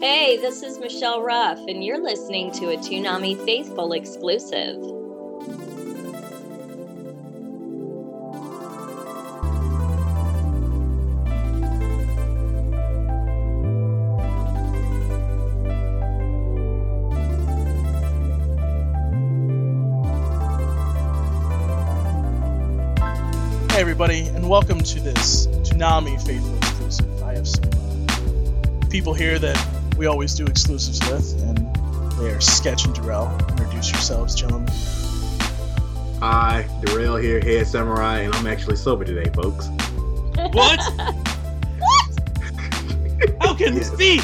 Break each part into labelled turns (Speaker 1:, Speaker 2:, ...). Speaker 1: Hey, this is Michelle Ruff, and you're listening to a Toonami Faithful exclusive.
Speaker 2: Hey, everybody, and welcome to this Toonami Faithful exclusive. I have some uh, people here that we always do exclusives with, and they are Sketch and Durrell. Introduce yourselves, gentlemen.
Speaker 3: Hi, Darrell here, head samurai, and I'm actually sober today, folks.
Speaker 2: What? How can this be?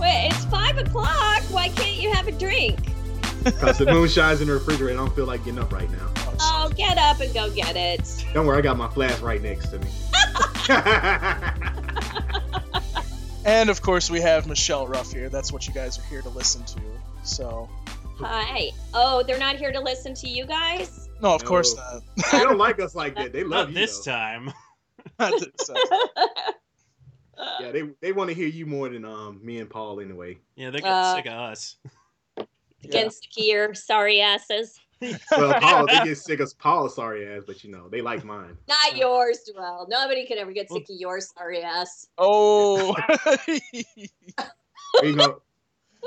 Speaker 1: Wait, it's five o'clock. Why can't you have a drink?
Speaker 3: Because the moon shines in the refrigerator, I don't feel like getting up right now.
Speaker 2: Uh,
Speaker 1: Oh, get up and go get it.
Speaker 3: Don't worry, I got my flask right next to me.
Speaker 2: And of course, we have Michelle Ruff here. That's what you guys are here to listen to. So,
Speaker 1: Hi. Oh, they're not here to listen to you guys?
Speaker 2: no, of
Speaker 3: No.
Speaker 2: course uh, not.
Speaker 3: they don't like us like that. They love
Speaker 4: Not
Speaker 3: you.
Speaker 4: this
Speaker 3: though.
Speaker 4: time.
Speaker 2: Not that it sounds-
Speaker 3: Yeah, they they want to hear you more than um me and Paul anyway.
Speaker 4: Yeah, they got
Speaker 1: Uh,
Speaker 4: sick of us.
Speaker 1: Against the gear, sorry asses.
Speaker 3: Well, Paul, they get sick of Paul sorry ass, but you know they like mine.
Speaker 1: Not yours, Darrell. Nobody could ever get sick of your sorry ass.
Speaker 2: Oh,
Speaker 3: We gonna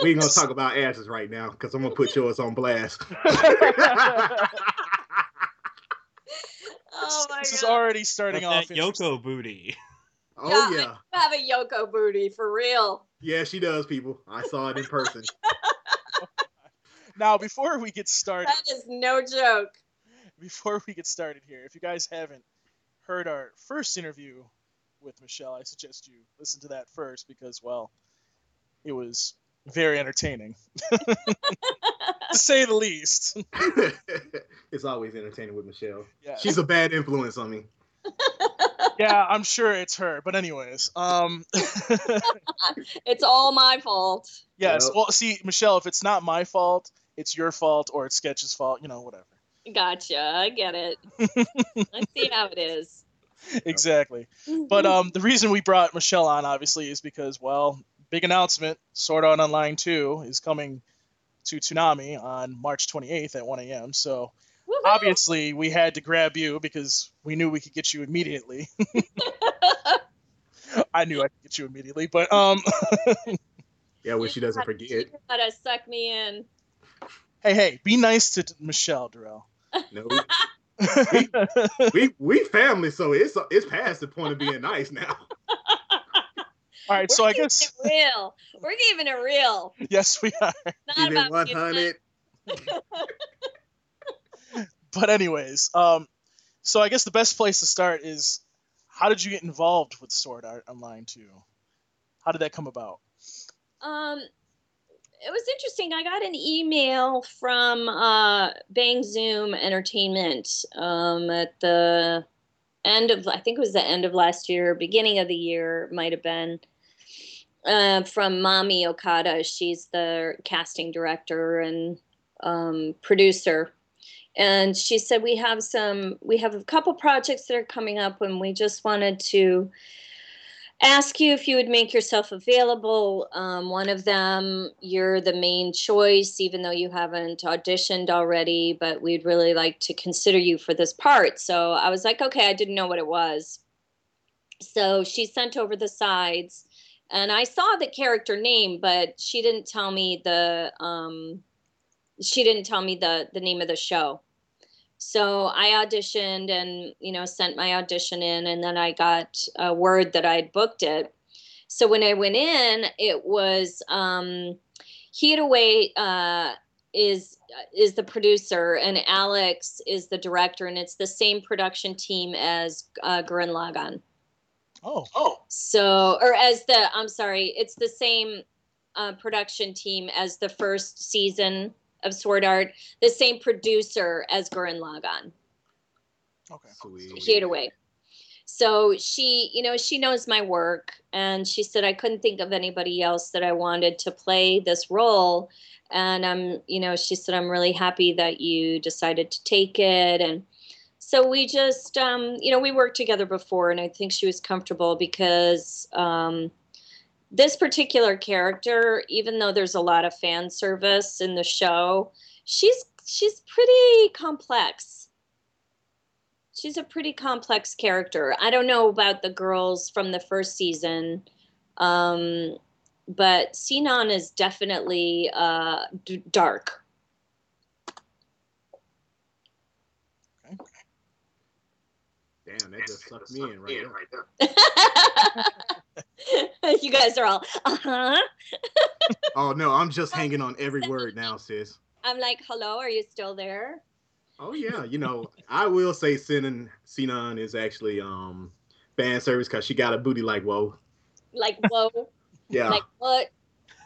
Speaker 3: we gonna talk about asses right now because I'm gonna put yours on blast.
Speaker 1: Oh my
Speaker 2: this is
Speaker 1: god.
Speaker 2: already starting
Speaker 4: Got
Speaker 2: off.
Speaker 4: that
Speaker 2: interesting.
Speaker 4: Yoko booty.
Speaker 3: oh yeah,
Speaker 1: You have a Yoko booty for real.
Speaker 3: yeah, she does. People, I saw it in person.
Speaker 2: Now, before we get started,
Speaker 1: That is no joke.
Speaker 2: before we get started here, if you guys haven't heard our first interview with Michelle, I suggest you listen to that first because, well, it was very entertaining, to say the least.
Speaker 3: it's always entertaining with Michelle.
Speaker 2: Yeah.
Speaker 3: She's a bad influence on me.
Speaker 2: yeah, I'm sure it's her. But anyways, um,
Speaker 1: It's all my fault.
Speaker 2: yes.
Speaker 3: Yep.
Speaker 2: Well, see, Michelle, if it's not my fault, it's your fault or it's Sketch's fault. You know, whatever.
Speaker 1: Gotcha. I get it. I see how it is.
Speaker 2: exactly. But um, the reason we brought Michelle on, obviously, is because well, big announcement: Sword Art Online 2 is coming to Toonami on March 28th at 1 a.m. So
Speaker 1: Woohoo!
Speaker 2: obviously, we had to grab you because we knew we could get you immediately. I knew I could get you immediately, but um,
Speaker 3: Yeah, well, she doesn't forget.
Speaker 1: She gotta suck me in.
Speaker 2: hey, hey, be nice to Michelle Durrell.
Speaker 3: No, we we family, so it's it's past the point of being nice now.
Speaker 2: All right,
Speaker 1: We're
Speaker 2: so I
Speaker 1: keeping
Speaker 2: guess
Speaker 1: it real. We're keeping it real.
Speaker 2: yes, we are.
Speaker 1: Not
Speaker 3: Even
Speaker 1: about
Speaker 3: one
Speaker 1: being
Speaker 3: hundred.
Speaker 2: but anyways, um, so I guess the best place to start is how did you get involved with Sword Art Online 2? How did that come about?
Speaker 1: um it was interesting i got an email from uh bang zoom entertainment um at the end of i think it was the end of last year beginning of the year might have been uh, from Mami Okada. She's the casting director and um, producer. And she said, We have some, we have a couple projects that are coming up, and we just wanted to ask you if you would make yourself available. Um, one of them, you're the main choice, even though you haven't auditioned already, but we'd really like to consider you for this part. So I was like, Okay, I didn't know what it was. So she sent over the sides and I saw the character name, but she didn't tell me the um, she didn't tell me the the name of the show. So I auditioned and you know sent my audition in, and then I got a word that I had booked it. So when I went in, it was um, Hiraway uh, is is the producer, and Alex is the director, and it's the same production team as uh, Gurren Lagann.
Speaker 2: Oh, oh,
Speaker 1: So, or as the, I'm sorry, it's the same uh, production team as the first season of Sword Art, the same producer as Gurren Lagann,
Speaker 2: okay.
Speaker 1: Hiraway. So she, you know, she knows my work, and she said I couldn't think of anybody else that I wanted to play this role, and I'm, you know, she said I'm really happy that you decided to take it, and so we just um, you know we worked together before and i think she was comfortable because um, this particular character, even though there's a lot of fan service in the show, she's she's pretty complex. She's a pretty complex character. I don't know about the girls from the first season, um, but Sinan is definitely uh, d- dark.
Speaker 3: Damn, that just sucked me in right there.
Speaker 1: you guys are all, uh huh.
Speaker 3: Oh no, I'm just hanging on every word now, sis.
Speaker 1: I'm like, hello, are you still there?
Speaker 3: Oh yeah, you know, I will say Sinan Sinan is actually um fan service because she got a booty like whoa.
Speaker 1: Like, whoa,
Speaker 3: Yeah,
Speaker 1: like what?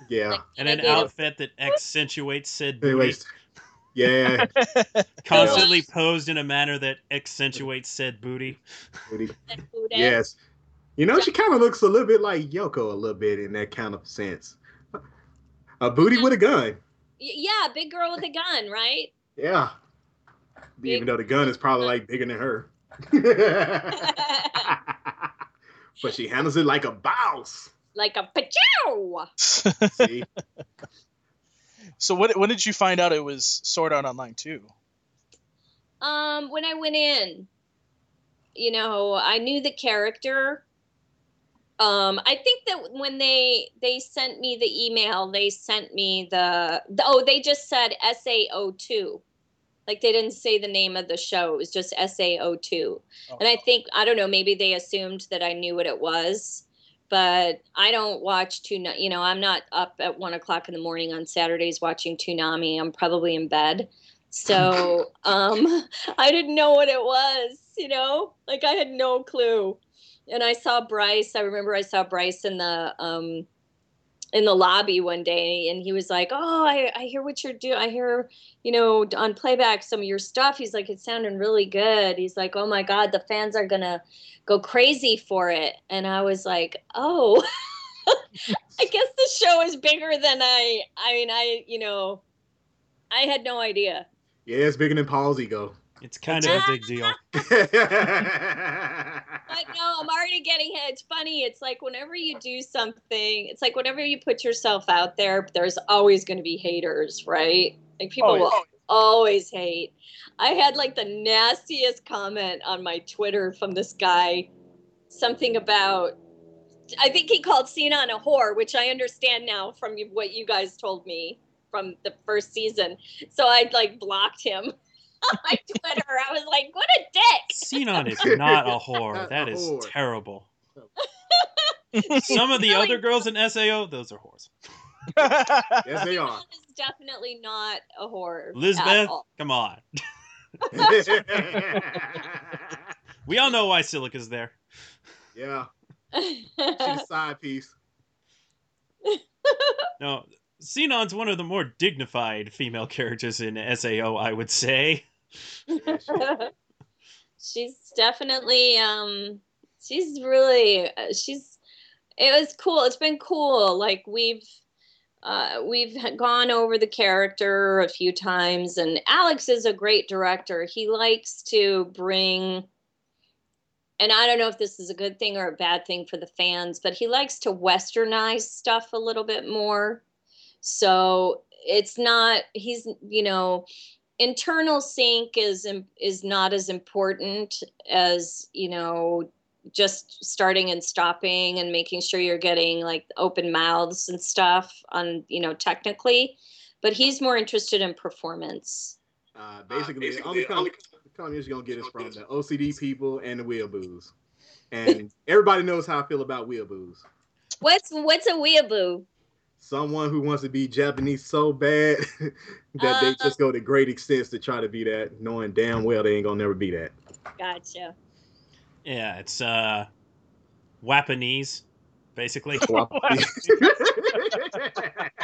Speaker 3: yeah.
Speaker 1: Like,
Speaker 4: And an
Speaker 1: I get it.
Speaker 4: outfit that accentuates said booty,
Speaker 3: Anyways, yeah,
Speaker 4: constantly posed in a manner that accentuates said booty.
Speaker 3: booty.
Speaker 1: That booty.
Speaker 3: Yes. You know, she kind of looks a little bit like Yoko a little bit in that kind of sense. A booty with a gun.
Speaker 1: Y- Yeah, big girl with a gun, right?
Speaker 3: Yeah. Even though the gun is probably like bigger than her. but she handles it like a boss.
Speaker 1: like a pachow.
Speaker 3: See?
Speaker 2: so what, when did you find out it was Sword Art Online too?
Speaker 1: Um, when I went in, you know, I knew the character. Um, I think that when they they sent me the email, they sent me the, the oh, they just said SAO2. Like they didn't say the name of the show. It was just SAO2.
Speaker 2: Oh.
Speaker 1: And I think I don't know, maybe they assumed that I knew what it was. But I don't watch Toonami. You know, I'm not up at one o'clock in the morning on Saturdays watching Toonami. I'm probably in bed. So um, I didn't know what it was, you know, like I had no clue. And I saw Bryce. I remember I saw Bryce in the um, in the lobby one day, and he was like, "Oh, I, I hear what you're doing. I hear, you know, on playback some of your stuff." He's like, "It's sounding really good." He's like, "Oh my God, the fans are gonna go crazy for it." And I was like, "Oh." I guess the show is bigger than I. I mean, I you know, I had no idea.
Speaker 3: Yeah, it's bigger than Paul's ego.
Speaker 4: It's kind of a big deal.
Speaker 1: But no, I'm already getting hit. It's funny. It's like whenever you do something, it's like whenever you put yourself out there, there's always going to be haters, right? Like people
Speaker 2: Oh, yeah.
Speaker 1: will always hate. I had like the nastiest comment on my Twitter from this guy, something about. I think he called Sinan a whore, which I understand now from you- what you guys told me from the first season. So I like blocked him on my Twitter. I was like, "What a dick!"
Speaker 4: Sinon is not a whore. That is
Speaker 3: Whore.
Speaker 4: terrible. Some of the
Speaker 1: Really?
Speaker 4: other girls in SAO, those are whores.
Speaker 3: yes, they are.
Speaker 1: is definitely not a horror. at
Speaker 4: Lisbeth,
Speaker 1: all.
Speaker 4: come on. We all know why Silica's there.
Speaker 3: yeah, she's a side piece.
Speaker 4: No, Sinon's one of the more dignified female characters in SAO, I would say.
Speaker 3: Yeah, she-
Speaker 1: she's definitely um she's really uh, she's it was cool. It's been cool. Like we've uh, we've gone over the character a few times, and Alex is a great director. He likes to bring, and I don't know if this is a good thing or a bad thing for the fans, but he likes to westernize stuff a little bit more. So it's not he's you know internal sync is im- is not as important as you know just starting and stopping and making sure you're getting like open mouths and stuff on you know technically but he's more interested in performance
Speaker 3: Uh, basically, the only comic you're gonna get is from the OCD people and the wheelboos, and everybody knows how I feel about wheelboos.
Speaker 1: what's what's a weeaboo
Speaker 3: Someone who wants to be Japanese so bad that they just go to great extents to try to be that, knowing damn well they ain't gonna never be that.
Speaker 1: gotcha
Speaker 4: Yeah, it's uh Wapanese, basically.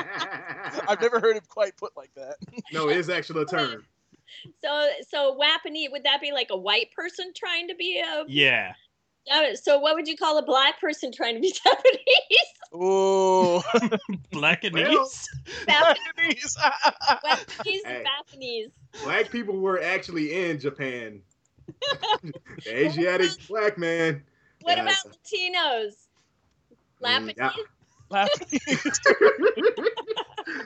Speaker 2: I've never heard him quite put like that.
Speaker 3: no, it's actually a term.
Speaker 1: so so wapanese would that be like a white person trying to be a
Speaker 4: yeah.
Speaker 1: uh, so what would you call a black person trying to be japanese
Speaker 2: Ooh,
Speaker 4: Blackanese?
Speaker 2: Japanese.
Speaker 1: Japanese
Speaker 3: Hey.
Speaker 1: Japanese
Speaker 3: Black people were actually in Japan. the Asiatic black man.
Speaker 1: what
Speaker 3: Yeah,
Speaker 1: about latinos
Speaker 3: Mm,
Speaker 1: Lapanese?
Speaker 2: Latin.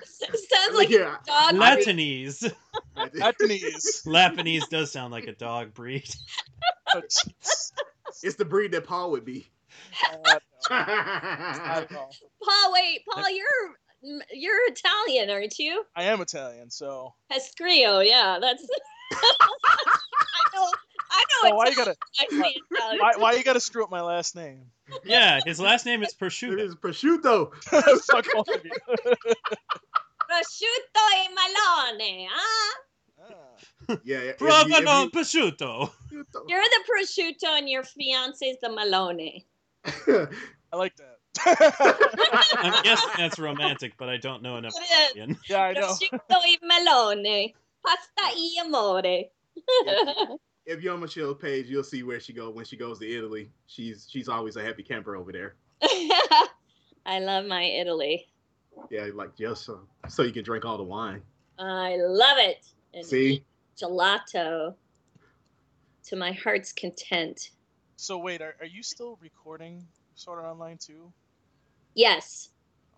Speaker 1: sounds like
Speaker 3: yeah,
Speaker 1: a dog. breed.
Speaker 4: Latinese.
Speaker 3: I-
Speaker 2: Latinese.
Speaker 4: Lapanese does sound like a dog breed.
Speaker 2: Oh, jeez.
Speaker 3: it's the breed that Paul would be.
Speaker 2: Uh, no, not
Speaker 3: I
Speaker 2: at all.
Speaker 1: Paul, wait, Paul, you're you're Italian, aren't you?
Speaker 2: I am Italian, so.
Speaker 1: Pescrio, yeah, that's. I know, I know
Speaker 2: Oh, why you
Speaker 1: Italian.
Speaker 2: gotta
Speaker 1: I
Speaker 2: why-
Speaker 1: see Italian.
Speaker 2: why, why you gotta screw up my last name?
Speaker 4: Yeah, his last name is
Speaker 3: It
Speaker 4: Prosciutto.
Speaker 3: is prosciutto.
Speaker 2: Fuck all of you.
Speaker 1: Prosciutto e malone, huh?
Speaker 2: Ah.
Speaker 3: Yeah, if you- if you-
Speaker 4: Provolone prosciutto.
Speaker 3: prosciutto.
Speaker 1: You're the prosciutto and your fiance's the malone.
Speaker 2: I like that.
Speaker 4: I'm guessing that's romantic, but I don't know enough
Speaker 1: It is.
Speaker 4: Italian.
Speaker 2: yeah, I know.
Speaker 1: Prosciutto e malone. Pasta e amore.
Speaker 3: if you're on Michelle's page, you'll see where she go when she goes to Italy. She's she's always a happy camper over there.
Speaker 1: I love my Italy.
Speaker 3: Yeah, like just so, so you can drink all the wine.
Speaker 1: I love it. And
Speaker 3: See,
Speaker 1: gelato to my heart's content.
Speaker 2: So wait, are, are you still recording sort of online too?
Speaker 1: Yes.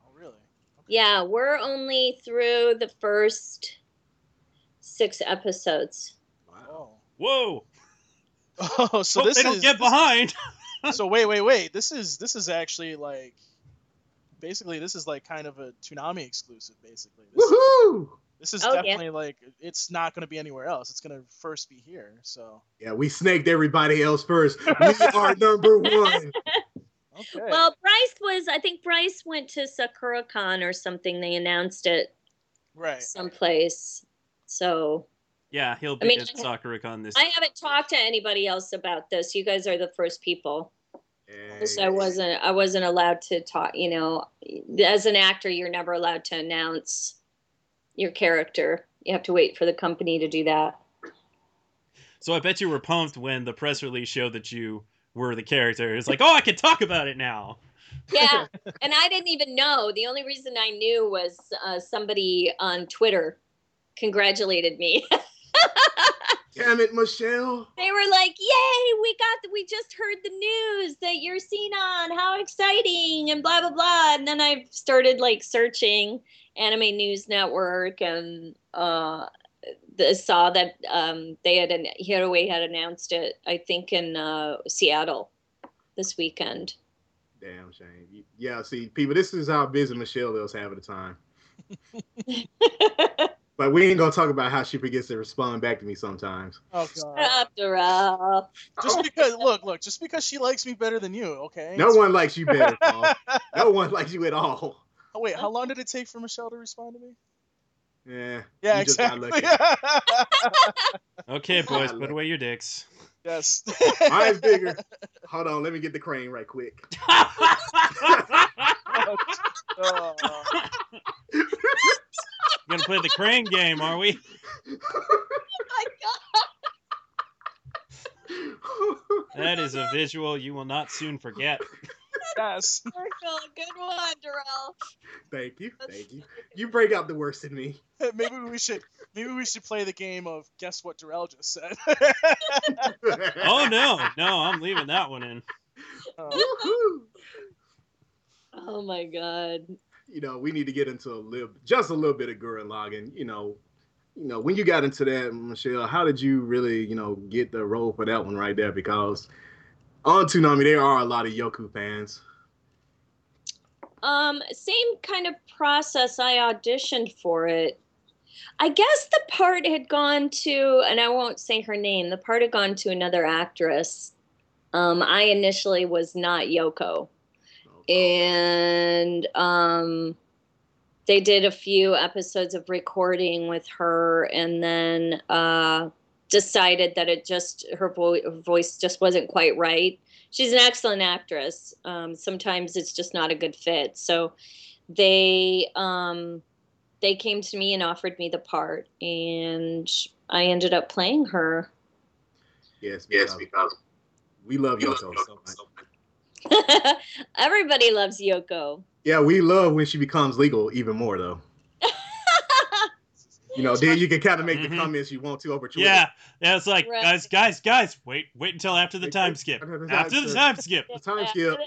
Speaker 2: Oh really? Okay.
Speaker 1: Yeah, we're only through the first six episodes.
Speaker 3: wow.
Speaker 2: Oh.
Speaker 4: Whoa!
Speaker 2: Oh, so
Speaker 4: Hope
Speaker 2: this
Speaker 4: they don't
Speaker 2: is
Speaker 4: get behind.
Speaker 2: so wait, wait, wait. This is this is actually like basically this is like kind of a Toonami exclusive basically. This,
Speaker 3: woohoo!
Speaker 2: this is
Speaker 1: Oh, yeah.
Speaker 2: definitely like it's not going to be anywhere else. It's going to first be here. So
Speaker 3: Yeah, we snaked everybody else first. We are number one.
Speaker 2: okay.
Speaker 1: Well, Bryce was, I think Bryce went to SakuraCon or something. They announced it
Speaker 2: right.
Speaker 1: someplace. So
Speaker 4: Yeah, he'll be
Speaker 1: I mean,
Speaker 4: at SoccerCon this.
Speaker 1: I haven't talked to anybody else about this. You guys are the first people. Because I
Speaker 3: And-
Speaker 1: wasn't, I wasn't allowed to talk. You know, as an actor, you're never allowed to announce your character. You have to wait for the company to do that.
Speaker 4: So I bet you were pumped when the press release showed that you were the character. It's like, oh, I can talk about it now.
Speaker 1: Yeah, and I didn't even know. The only reason I knew was uh, somebody on Twitter congratulated me.
Speaker 3: Damn it, Michelle.
Speaker 1: they were like, "Yay, we got we just heard the news that you're seen on. How exciting!" and blah blah blah. And then I started like searching Anime News Network and uh, the, saw that um, they had an Hiroe had announced it. I think in uh, Seattle this weekend.
Speaker 3: Damn shame. Yeah, see, people, this is how busy Michelle does have at the time. But we ain't gonna talk about how she forgets to respond back to me sometimes.
Speaker 2: Oh god.
Speaker 1: After all.
Speaker 2: Just because look, look, just because she likes me better than you, okay?
Speaker 3: No one likes you better, Paul. no one likes you at all.
Speaker 2: Oh, wait, how long did it take for Michelle to respond to me?
Speaker 3: Yeah.
Speaker 2: Yeah,
Speaker 3: You just got
Speaker 2: exactly.
Speaker 4: Okay, boys, put
Speaker 3: look.
Speaker 4: away your dicks.
Speaker 2: yes.
Speaker 3: Mine's bigger. Hold on, let me get the crane right quick.
Speaker 4: We're
Speaker 2: Oh,
Speaker 4: gonna play the crane game, are we?
Speaker 1: my god.
Speaker 4: That is a visual you will not soon forget.
Speaker 2: yes.
Speaker 1: Circle. Good one, Darrell.
Speaker 3: thank you. Thank you. You break out the worst in me.
Speaker 2: Maybe we should maybe we should play the game of guess what Darrell just said.
Speaker 4: Oh no, no, I'm leaving that one in.
Speaker 2: Oh,
Speaker 3: Woohoo.
Speaker 1: Oh my god.
Speaker 3: you know, we need to get into a little, just a little bit of Gurren Lagann. You know, you know, when you got into that, Michelle, how did you really, you know, get the role for that one right there? Because on Toonami, there are a lot of Yoku fans.
Speaker 1: Um, same kind of process. I auditioned for it. I guess the part had gone to, and I won't say her name. The part had gone to another actress. Um, I initially was not Yoko, and um, they did a few episodes of recording with her, and then uh, decided that it just her, vo- her voice just wasn't quite right. She's an excellent actress. Um, sometimes it's just not a good fit. So they um, they came to me and offered me the part, and I ended up playing her.
Speaker 3: Yes, yes, because we love Yoko so much.
Speaker 1: Everybody loves Yoko.
Speaker 3: Yeah, we love when she becomes legal even more though. You know, then you can kind of make
Speaker 4: Mhm.
Speaker 3: the comments you want to over Twitter.
Speaker 4: Yeah, yeah. It's like
Speaker 1: Right.
Speaker 4: guys, guys, guys. Wait, wait until after the
Speaker 3: Wait,
Speaker 4: time
Speaker 3: wait,
Speaker 4: skip.
Speaker 3: after the time
Speaker 4: After the
Speaker 3: skip.
Speaker 4: time skip.
Speaker 3: The time
Speaker 1: Yeah.
Speaker 3: skip.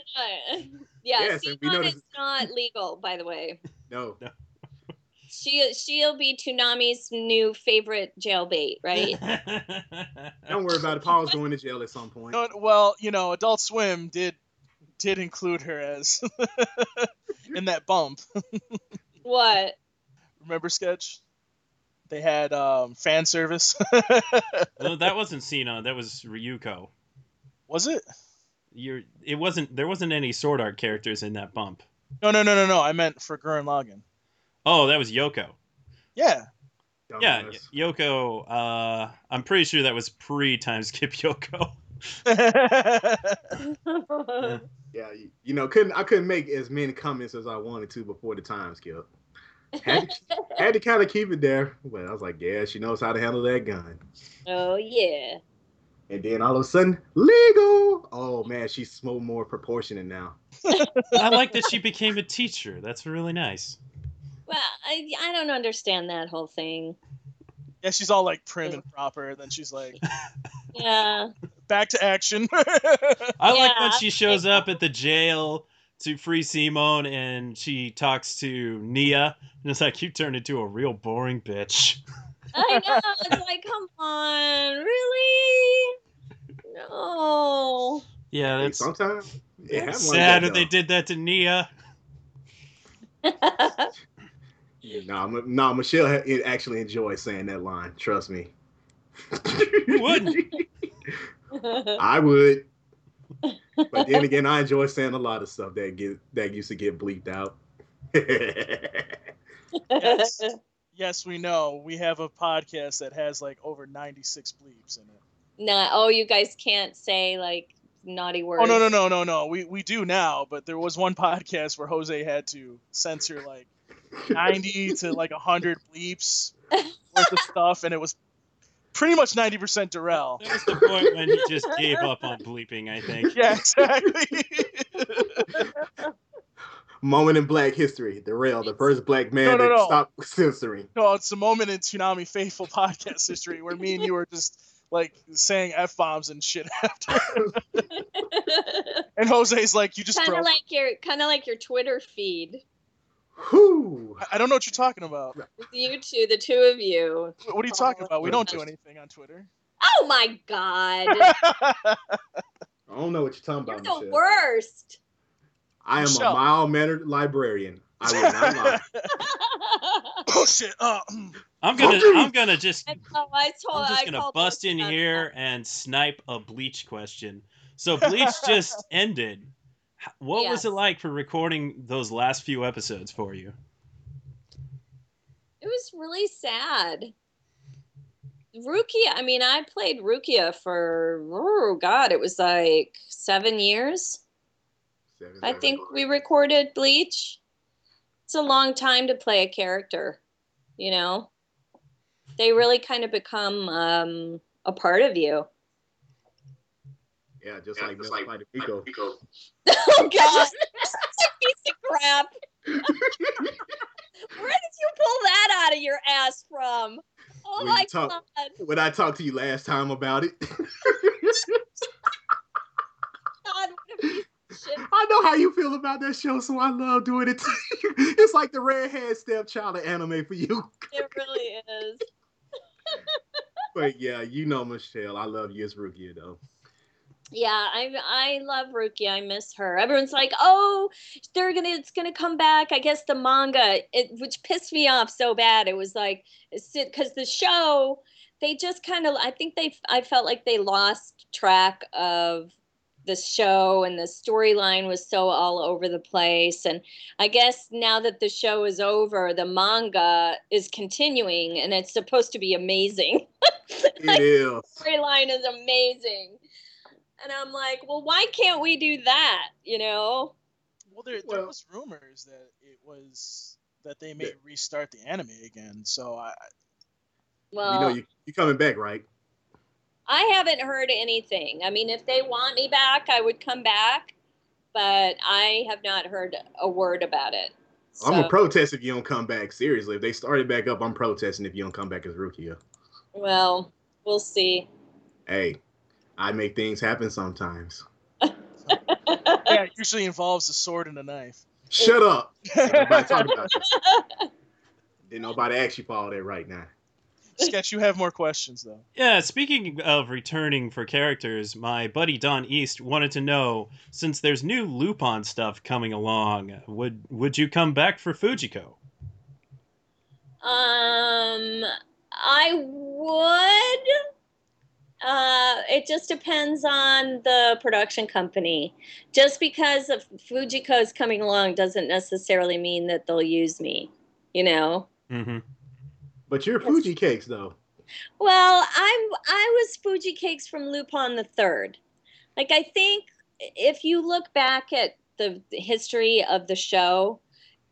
Speaker 1: yeah,
Speaker 3: Yes,
Speaker 1: see,
Speaker 3: and we
Speaker 1: Ron
Speaker 3: noticed-
Speaker 1: is not legal, by the way.
Speaker 3: No.
Speaker 1: She she'll be Toonami's new favorite jail bait, right?
Speaker 3: Don't worry about it. Paul's going to jail at some point.
Speaker 2: No, well, you know, Adult Swim did did include her as in that bump.
Speaker 1: what?
Speaker 2: Remember sketch? They had um, fan service.
Speaker 4: no, that wasn't Cena. That was Ryuko.
Speaker 2: Was it?
Speaker 4: You're. It wasn't. There wasn't any Sword Art characters in that bump.
Speaker 2: No, no, no, no, no. I meant for Gurren Lagann.
Speaker 4: Oh, that was Yoko.
Speaker 2: Yeah,
Speaker 4: Yeah,
Speaker 3: Dumbass.
Speaker 4: Y- Yoko. Uh, I'm pretty sure that was pre time skip Yoko.
Speaker 3: Yeah, you, you know, couldn't I couldn't make as many comments as I wanted to before the time skip. Had to, had to kind of keep it there. Well, I was like, yeah, she knows how to handle that gun.
Speaker 1: oh yeah.
Speaker 3: And then all of a sudden, legal. Oh man, she's so more proportionate now.
Speaker 4: I like that she became a teacher. That's really nice.
Speaker 1: Well, I I don't understand that whole thing.
Speaker 2: yeah. She's all like prim and proper, and then she's like,
Speaker 1: Yeah.
Speaker 2: "Back to action."
Speaker 4: I like
Speaker 1: Yeah,
Speaker 4: when she shows
Speaker 1: think-
Speaker 4: up at the jail to free Simone and she talks to Nia and it's like you turned into a real boring bitch.
Speaker 1: I know. It's like, come on, really? No.
Speaker 4: Yeah,
Speaker 3: Hey,
Speaker 4: that's
Speaker 3: Sometimes it happened like
Speaker 4: sad
Speaker 3: that,
Speaker 4: that they
Speaker 3: though.
Speaker 4: did that to Nia.
Speaker 3: Nah, Mi- nah, Michelle ha- it actually enjoys saying that line. Trust me.
Speaker 4: wouldn't?
Speaker 3: I would. But then again, I enjoy saying a lot of stuff that get that used to get bleeped out.
Speaker 2: Yes. yes, we know. We have a podcast that has like over ninety six bleeps in it.
Speaker 1: no. Oh, you guys can't say like naughty words.
Speaker 2: Oh no no no no no. We we do now, but there was one podcast where Jose had to censor like ninety to like hundred bleeps worth of stuff, and it was pretty much ninety percent Durrell.
Speaker 4: That was the point when he just gave up on bleeping, I think.
Speaker 2: Yeah, exactly.
Speaker 3: Moment in Black history. The rail, the first black
Speaker 2: No,
Speaker 3: man
Speaker 2: no,
Speaker 3: to
Speaker 2: no.
Speaker 3: stop censoring.
Speaker 2: no, it's a moment in Tsunami Faithful podcast history where me and you were just like saying f bombs and shit after, and Jose's like, "You just
Speaker 1: kind
Speaker 2: broke."
Speaker 1: of like your kind of like your Twitter feed.
Speaker 3: Whew.
Speaker 2: I- I don't know what you're talking about.
Speaker 1: You two, the two of you.
Speaker 2: Wh- What are you talking about? We don't do anything on Twitter.
Speaker 1: Oh my god.
Speaker 3: I don't know what you're talking
Speaker 1: You're
Speaker 3: about,
Speaker 1: the
Speaker 3: Michelle.
Speaker 1: worst.
Speaker 3: I am
Speaker 2: Michelle.
Speaker 3: a mild mannered librarian. I will not lie.
Speaker 2: oh shit! Uh,
Speaker 4: I'm gonna
Speaker 3: Fuck you.
Speaker 4: I'm gonna just
Speaker 1: I know, I told,
Speaker 4: I'm
Speaker 1: I
Speaker 4: just gonna
Speaker 1: called
Speaker 4: bust
Speaker 1: this
Speaker 4: in
Speaker 1: out.
Speaker 4: here and snipe a bleach question. So bleach just ended. H- What
Speaker 1: Yes.
Speaker 4: was it like for recording those last few episodes for you?
Speaker 1: It was really sad. Rukia, I mean, I played Rukia for oh god, it was like seven years.
Speaker 3: Seven,
Speaker 1: I
Speaker 3: seven.
Speaker 1: think we recorded Bleach. It's a long time to play a character, you know. They really kind of become um, a part of you.
Speaker 3: Yeah, just like just like Pico.
Speaker 1: Oh god, piece of crap. Where did you pull that out of your ass from? Oh
Speaker 3: Well, you
Speaker 1: my
Speaker 3: talk-
Speaker 1: god.
Speaker 3: When I talked to you last time about it,
Speaker 1: God, what a piece of shit.
Speaker 3: I know how you feel about that show, so I love doing it to you. It's like the redhead stepchild of anime for you.
Speaker 1: It really is.
Speaker 3: But yeah, you know Michelle, I love you as Rukia though.
Speaker 1: Yeah, I I love Rukia. I miss her. Everyone's like, "Oh, they're gonna it's gonna come back." I guess the manga, it, which pissed me off so bad. It was like, because the show, they just kind of. I think they. I felt like they lost track of the show and the storyline was so all over the place and i guess now that the show is over the manga is continuing and it's supposed to be amazing
Speaker 3: It is.
Speaker 1: storyline is amazing. And I'm like, well, why can't we do that? You know?
Speaker 2: well, there, there
Speaker 3: Well-
Speaker 2: was rumors that it was that they may restart the anime again. So I,
Speaker 1: Well,
Speaker 3: you
Speaker 1: uh,
Speaker 3: know you you coming back, right?
Speaker 1: I haven't heard anything. I mean, if they want me back, I would come back, but I have not heard a word about it.
Speaker 3: I'm gonna protest if you don't come back. Seriously, if they start it back up, I'm protesting if you don't come back as Rukia.
Speaker 1: Well, we'll see.
Speaker 3: Hey, I make things happen sometimes.
Speaker 2: Yeah, it usually involves a sword and a knife.
Speaker 3: Shut up. Nobody talk about this. Didn't nobody ask you for all that right now.
Speaker 2: Sketch, you have more questions though.
Speaker 4: Yeah, speaking of returning for characters, my buddy Don East wanted to know since there's new Lupin stuff coming along, would would you come back for Fujiko?
Speaker 1: Um, I would. Uh, it just depends on the production company. Just because of Fujiko is coming along doesn't necessarily mean that they'll use me. You know.
Speaker 4: Mm-hmm.
Speaker 3: But you're Fuji cakes though.
Speaker 1: Well, I'm I was Fuji Cakes from Lupin the Third. Like I think if you look back at the history of the show,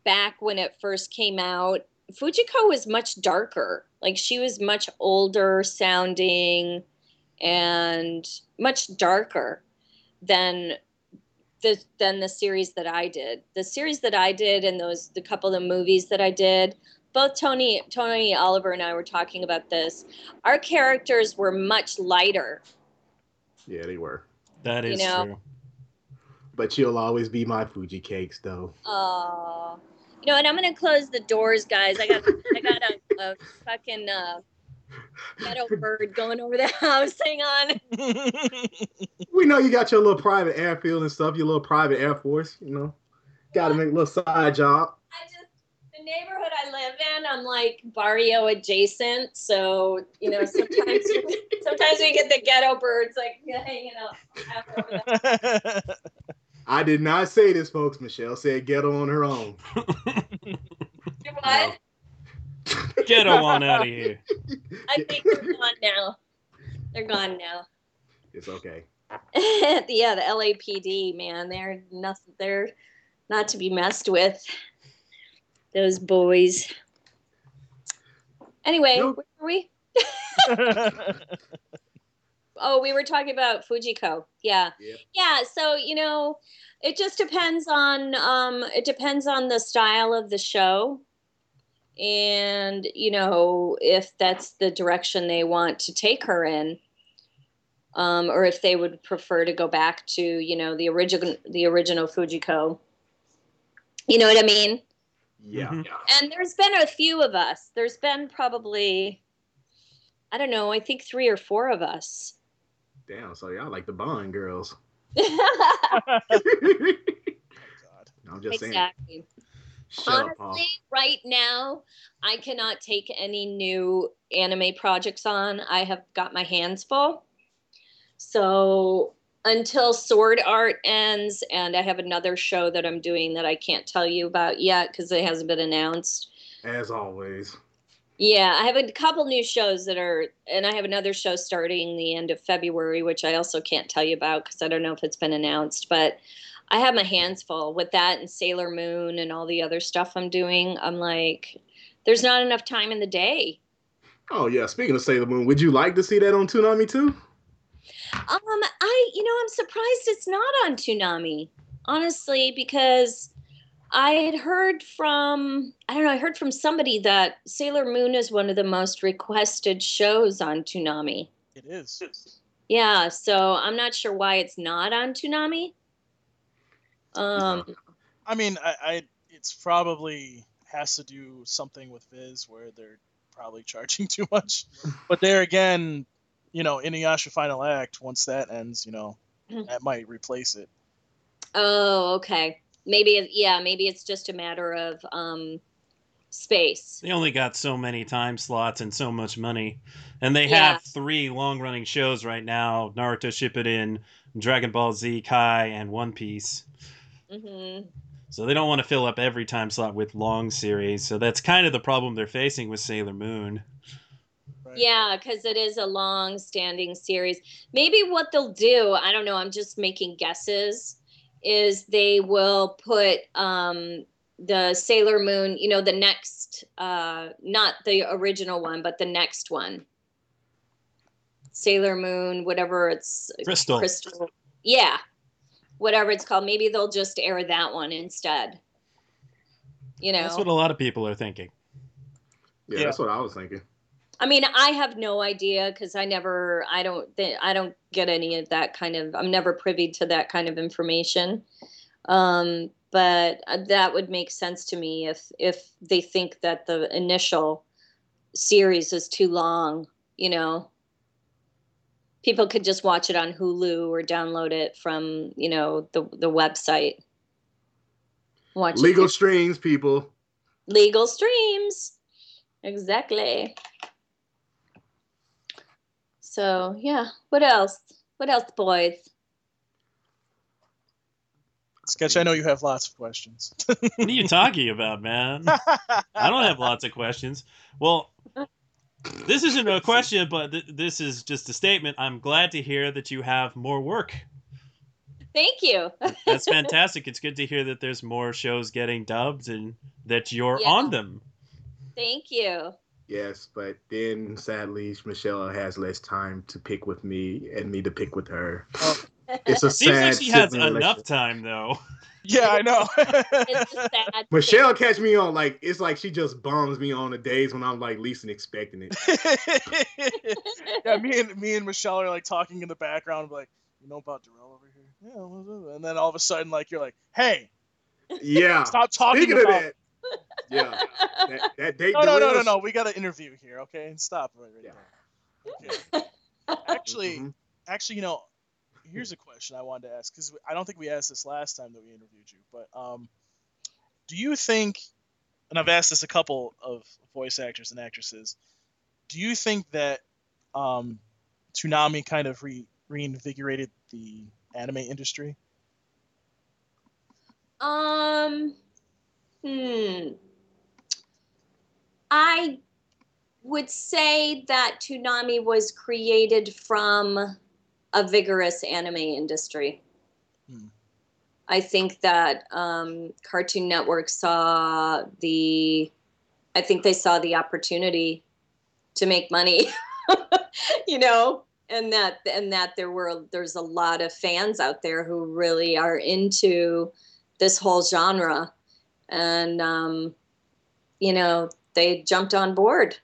Speaker 1: back when it first came out, Fujiko was much darker. Like she was much older sounding and much darker than the than the series that I did. The series that I did and those the couple of movies that I did, both Tony Tony Oliver and I were talking about this. Our characters were much lighter.
Speaker 3: Yeah, they were.
Speaker 4: That
Speaker 1: You
Speaker 4: is
Speaker 1: know.
Speaker 4: true.
Speaker 3: But you'll always be my Fuji cakes though.
Speaker 1: Uh, you know, and I'm gonna close the doors, guys. I got I got a, a fucking uh, ghetto bird going over the house. Hang on.
Speaker 3: We know you got your little private airfield and stuff, your little private air force, you know. Gotta make a little side job.
Speaker 1: I just the neighborhood I live in, I'm like barrio adjacent, so you know sometimes sometimes we get the ghetto birds like hanging out. out over
Speaker 2: Oh
Speaker 1: the-
Speaker 3: I did not say this, folks. Michelle said ghetto on her own.
Speaker 1: You know What?
Speaker 4: Get on out of here.
Speaker 1: I think they're gone now. They're gone now.
Speaker 3: It's okay.
Speaker 1: yeah, the LAPD man, they're nothing. They're not to be messed with. Those boys. Anyway,
Speaker 3: No.
Speaker 1: where were we? Oh, we were talking about Fujiko. Yeah.
Speaker 3: Yep.
Speaker 1: Yeah. So, you know, it just depends on um it depends on the style of the show. And, you know, if that's the direction they want to take her in. Um, or if they would prefer to go back to, you know, the original the original Fujiko. You know what I mean?
Speaker 3: Yeah.
Speaker 4: Mhm.
Speaker 1: and there's been a few of us. There's been probably, I don't know, I think three or four of us.
Speaker 3: Damn, so y'all like the Bond girls.
Speaker 2: Oh, God.
Speaker 3: I'm just saying.
Speaker 1: exactly.
Speaker 3: Shut up, Paul.
Speaker 1: Honestly, right now, I cannot take any new anime projects on. I have got my hands full. So until Sword Art ends, and I have another show that I'm doing that I can't tell you about yet because it hasn't been announced.
Speaker 3: As always.
Speaker 1: Yeah, I have a couple new shows that are, and I have another show starting the end of February, which I also can't tell you about because I don't know if it's been announced. But I have my hands full with that and Sailor Moon and all the other stuff I'm doing. I'm like, there's not enough time in the day.
Speaker 3: Oh yeah, speaking of Sailor Moon, would you like to see that on Toonami too?
Speaker 1: Um, I, you know, I'm surprised it's not on Toonami, honestly, because I had heard from, I don't know, I heard from somebody that Sailor Moon is one of the most requested shows on Toonami.
Speaker 2: It is.
Speaker 1: Yeah, so I'm not sure why it's not on Toonami. Um,
Speaker 2: I mean, I, I it's probably has to do something with Viz where they're probably charging too much. But there again, you know, Inuyasha Final Act. Once that ends, you know, that might replace it.
Speaker 1: oh, okay. Maybe it, yeah, maybe it's just a matter of um space.
Speaker 4: They only got so many time slots and so much money. And they
Speaker 1: Yeah.
Speaker 4: have three long running shows right now Naruto Shippuden, Dragon Ball Z Kai, and One Piece.
Speaker 1: hmm
Speaker 4: So they don't want to fill up every time slot with long series. So that's kind of the problem they're facing with Sailor Moon.
Speaker 2: Right?
Speaker 1: Yeah, because it is a long standing series. Maybe what they'll do, I don't know, I'm just making guesses, is they will put um, the Sailor Moon, you know, the next, uh, not the original one, but the next one. Sailor Moon, whatever it's
Speaker 4: Crystal.
Speaker 1: Crystal. Yeah, whatever it's called. Maybe they'll just air that one instead. You know,
Speaker 4: That's what a lot of people are thinking.
Speaker 3: Yeah,
Speaker 2: Yeah.
Speaker 3: that's what I was thinking.
Speaker 1: I mean, I have no idea because I never, I don't, th- I don't get any of that kind of. I'm never privy to that kind of information. Um, but uh, that would make sense to me if if they think that the initial series is too long. You know, people could just watch it on Hulu or download it from you know the the website. Watch it
Speaker 3: Legal
Speaker 1: through-
Speaker 3: streams, people.
Speaker 1: legal streams. Exactly. So yeah, what else? What else, boys?
Speaker 2: Sketch, I know you have lots of questions.
Speaker 4: What are you talking about, man? I don't have lots of questions. Well, this isn't a question, but th- this is just a statement. I'm glad to hear that you have more work.
Speaker 1: Thank you.
Speaker 4: That's fantastic. it's good to hear that there's more shows getting dubbed and that you're
Speaker 1: Yeah.
Speaker 4: on them.
Speaker 1: Thank you.
Speaker 3: Yes, but then sadly, Michelle has less time to pick with me and me to pick with her.
Speaker 2: Oh.
Speaker 3: It's a
Speaker 4: Seems
Speaker 3: sad
Speaker 4: like she has
Speaker 3: sibling
Speaker 4: enough
Speaker 3: relationship.
Speaker 4: time though.
Speaker 2: yeah, I know.
Speaker 1: It's a sad.
Speaker 3: Michelle catch me on like it's like she just bombs me on the days when I'm like least expecting it.
Speaker 2: yeah, me and me and Michelle are like talking in the background, like, you know about Darrell over here? Yeah, blah, blah, blah." and then all of a sudden, like, you're like, hey,
Speaker 3: Yeah.
Speaker 2: stop talking
Speaker 3: Speaking of
Speaker 2: about.
Speaker 3: that, yeah, that, that date.
Speaker 2: No, no, no, no,
Speaker 3: Darrell-
Speaker 2: no. We got an interview here, okay? And stop right, right
Speaker 3: Yeah.
Speaker 2: now. Okay. Actually,
Speaker 3: Mhm.
Speaker 2: actually, you know, here's a question I wanted to ask because I don't think we asked this last time that we interviewed you, but um, do you think, and I've asked this a couple of voice actors and actresses, do you think that um, Toonami kind of re- reinvigorated the anime industry?
Speaker 1: Um. Hmm. I would say that Toonami was created from a vigorous anime industry.
Speaker 2: Hmm.
Speaker 1: I think that um, Cartoon Network saw the, I think they saw the opportunity to make money, you know, and that and that there were there's a lot of fans out there who really are into this whole genre, and um, you know they jumped on board.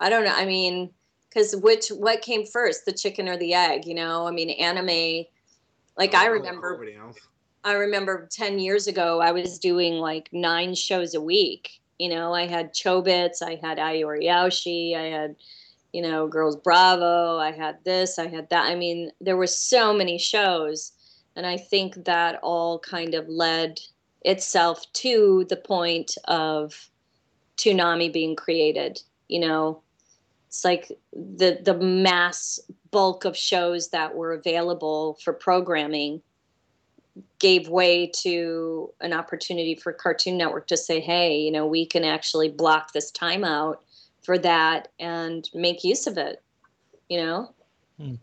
Speaker 1: I don't know. I mean, because which what came first, the chicken or the egg? You know, I mean, anime. Like I
Speaker 3: Oh,
Speaker 1: remember
Speaker 3: over the ounce.
Speaker 1: I remember 10 years ago, I was doing like nine shows a week. You know, I had Chobits, I had Ayorioshi, I had, you know, Girls Bravo, I had this, I had that. I mean, there were so many shows. And I think that all kind of led itself to the point of Toonami being created. You know, it's like the the mass bulk of shows that were available for programming gave way to an opportunity for Cartoon Network to say, hey, you know, we can actually block this time out for that and make use of it, you know?
Speaker 2: Hmm.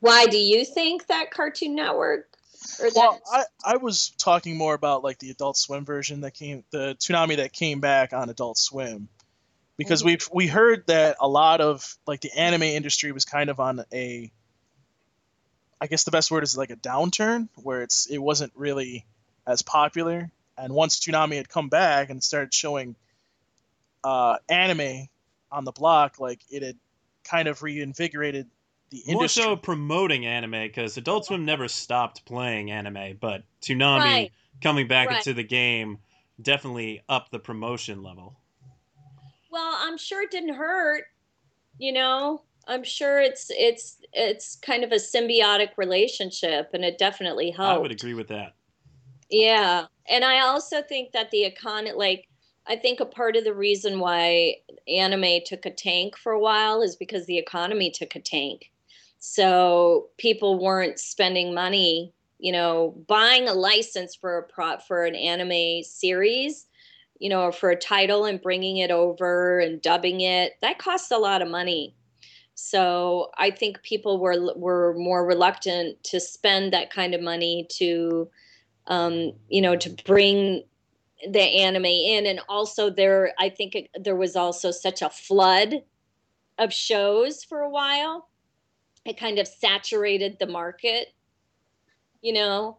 Speaker 1: Why do you think that Cartoon Network or
Speaker 2: Well,
Speaker 1: that
Speaker 2: I, I was talking more about like the Adult Swim version that came, the tsunami that came back on Adult Swim, because
Speaker 1: Mhm.
Speaker 2: we've we heard that a lot of like the anime industry was kind of on a, I guess the best word is like a downturn where it's it wasn't really as popular, and once tsunami had come back and started showing uh, anime on the block, like it had kind of reinvigorated the
Speaker 4: More
Speaker 2: industry.
Speaker 4: so promoting anime because Adult Swim never stopped playing anime, but Toonami
Speaker 1: Right.
Speaker 4: coming back
Speaker 1: Right.
Speaker 4: into the game definitely upped the promotion level.
Speaker 1: well, I'm sure it didn't hurt, you know? I'm sure it's it's it's kind of a symbiotic relationship and it definitely helped.
Speaker 4: I would agree with that.
Speaker 1: Yeah. And I also think that the econ like I think a part of the reason why anime took a tank for a while is because the economy took a tank. So people weren't spending money, you know, buying a license for a prop for an anime series, you know, or for a title and bringing it over and dubbing it. That costs a lot of money. So I think people were were more reluctant to spend that kind of money to um, you know, to bring the anime in. And also, there, I think it, there was also such a flood of shows for a while. It kind of saturated the market, you know,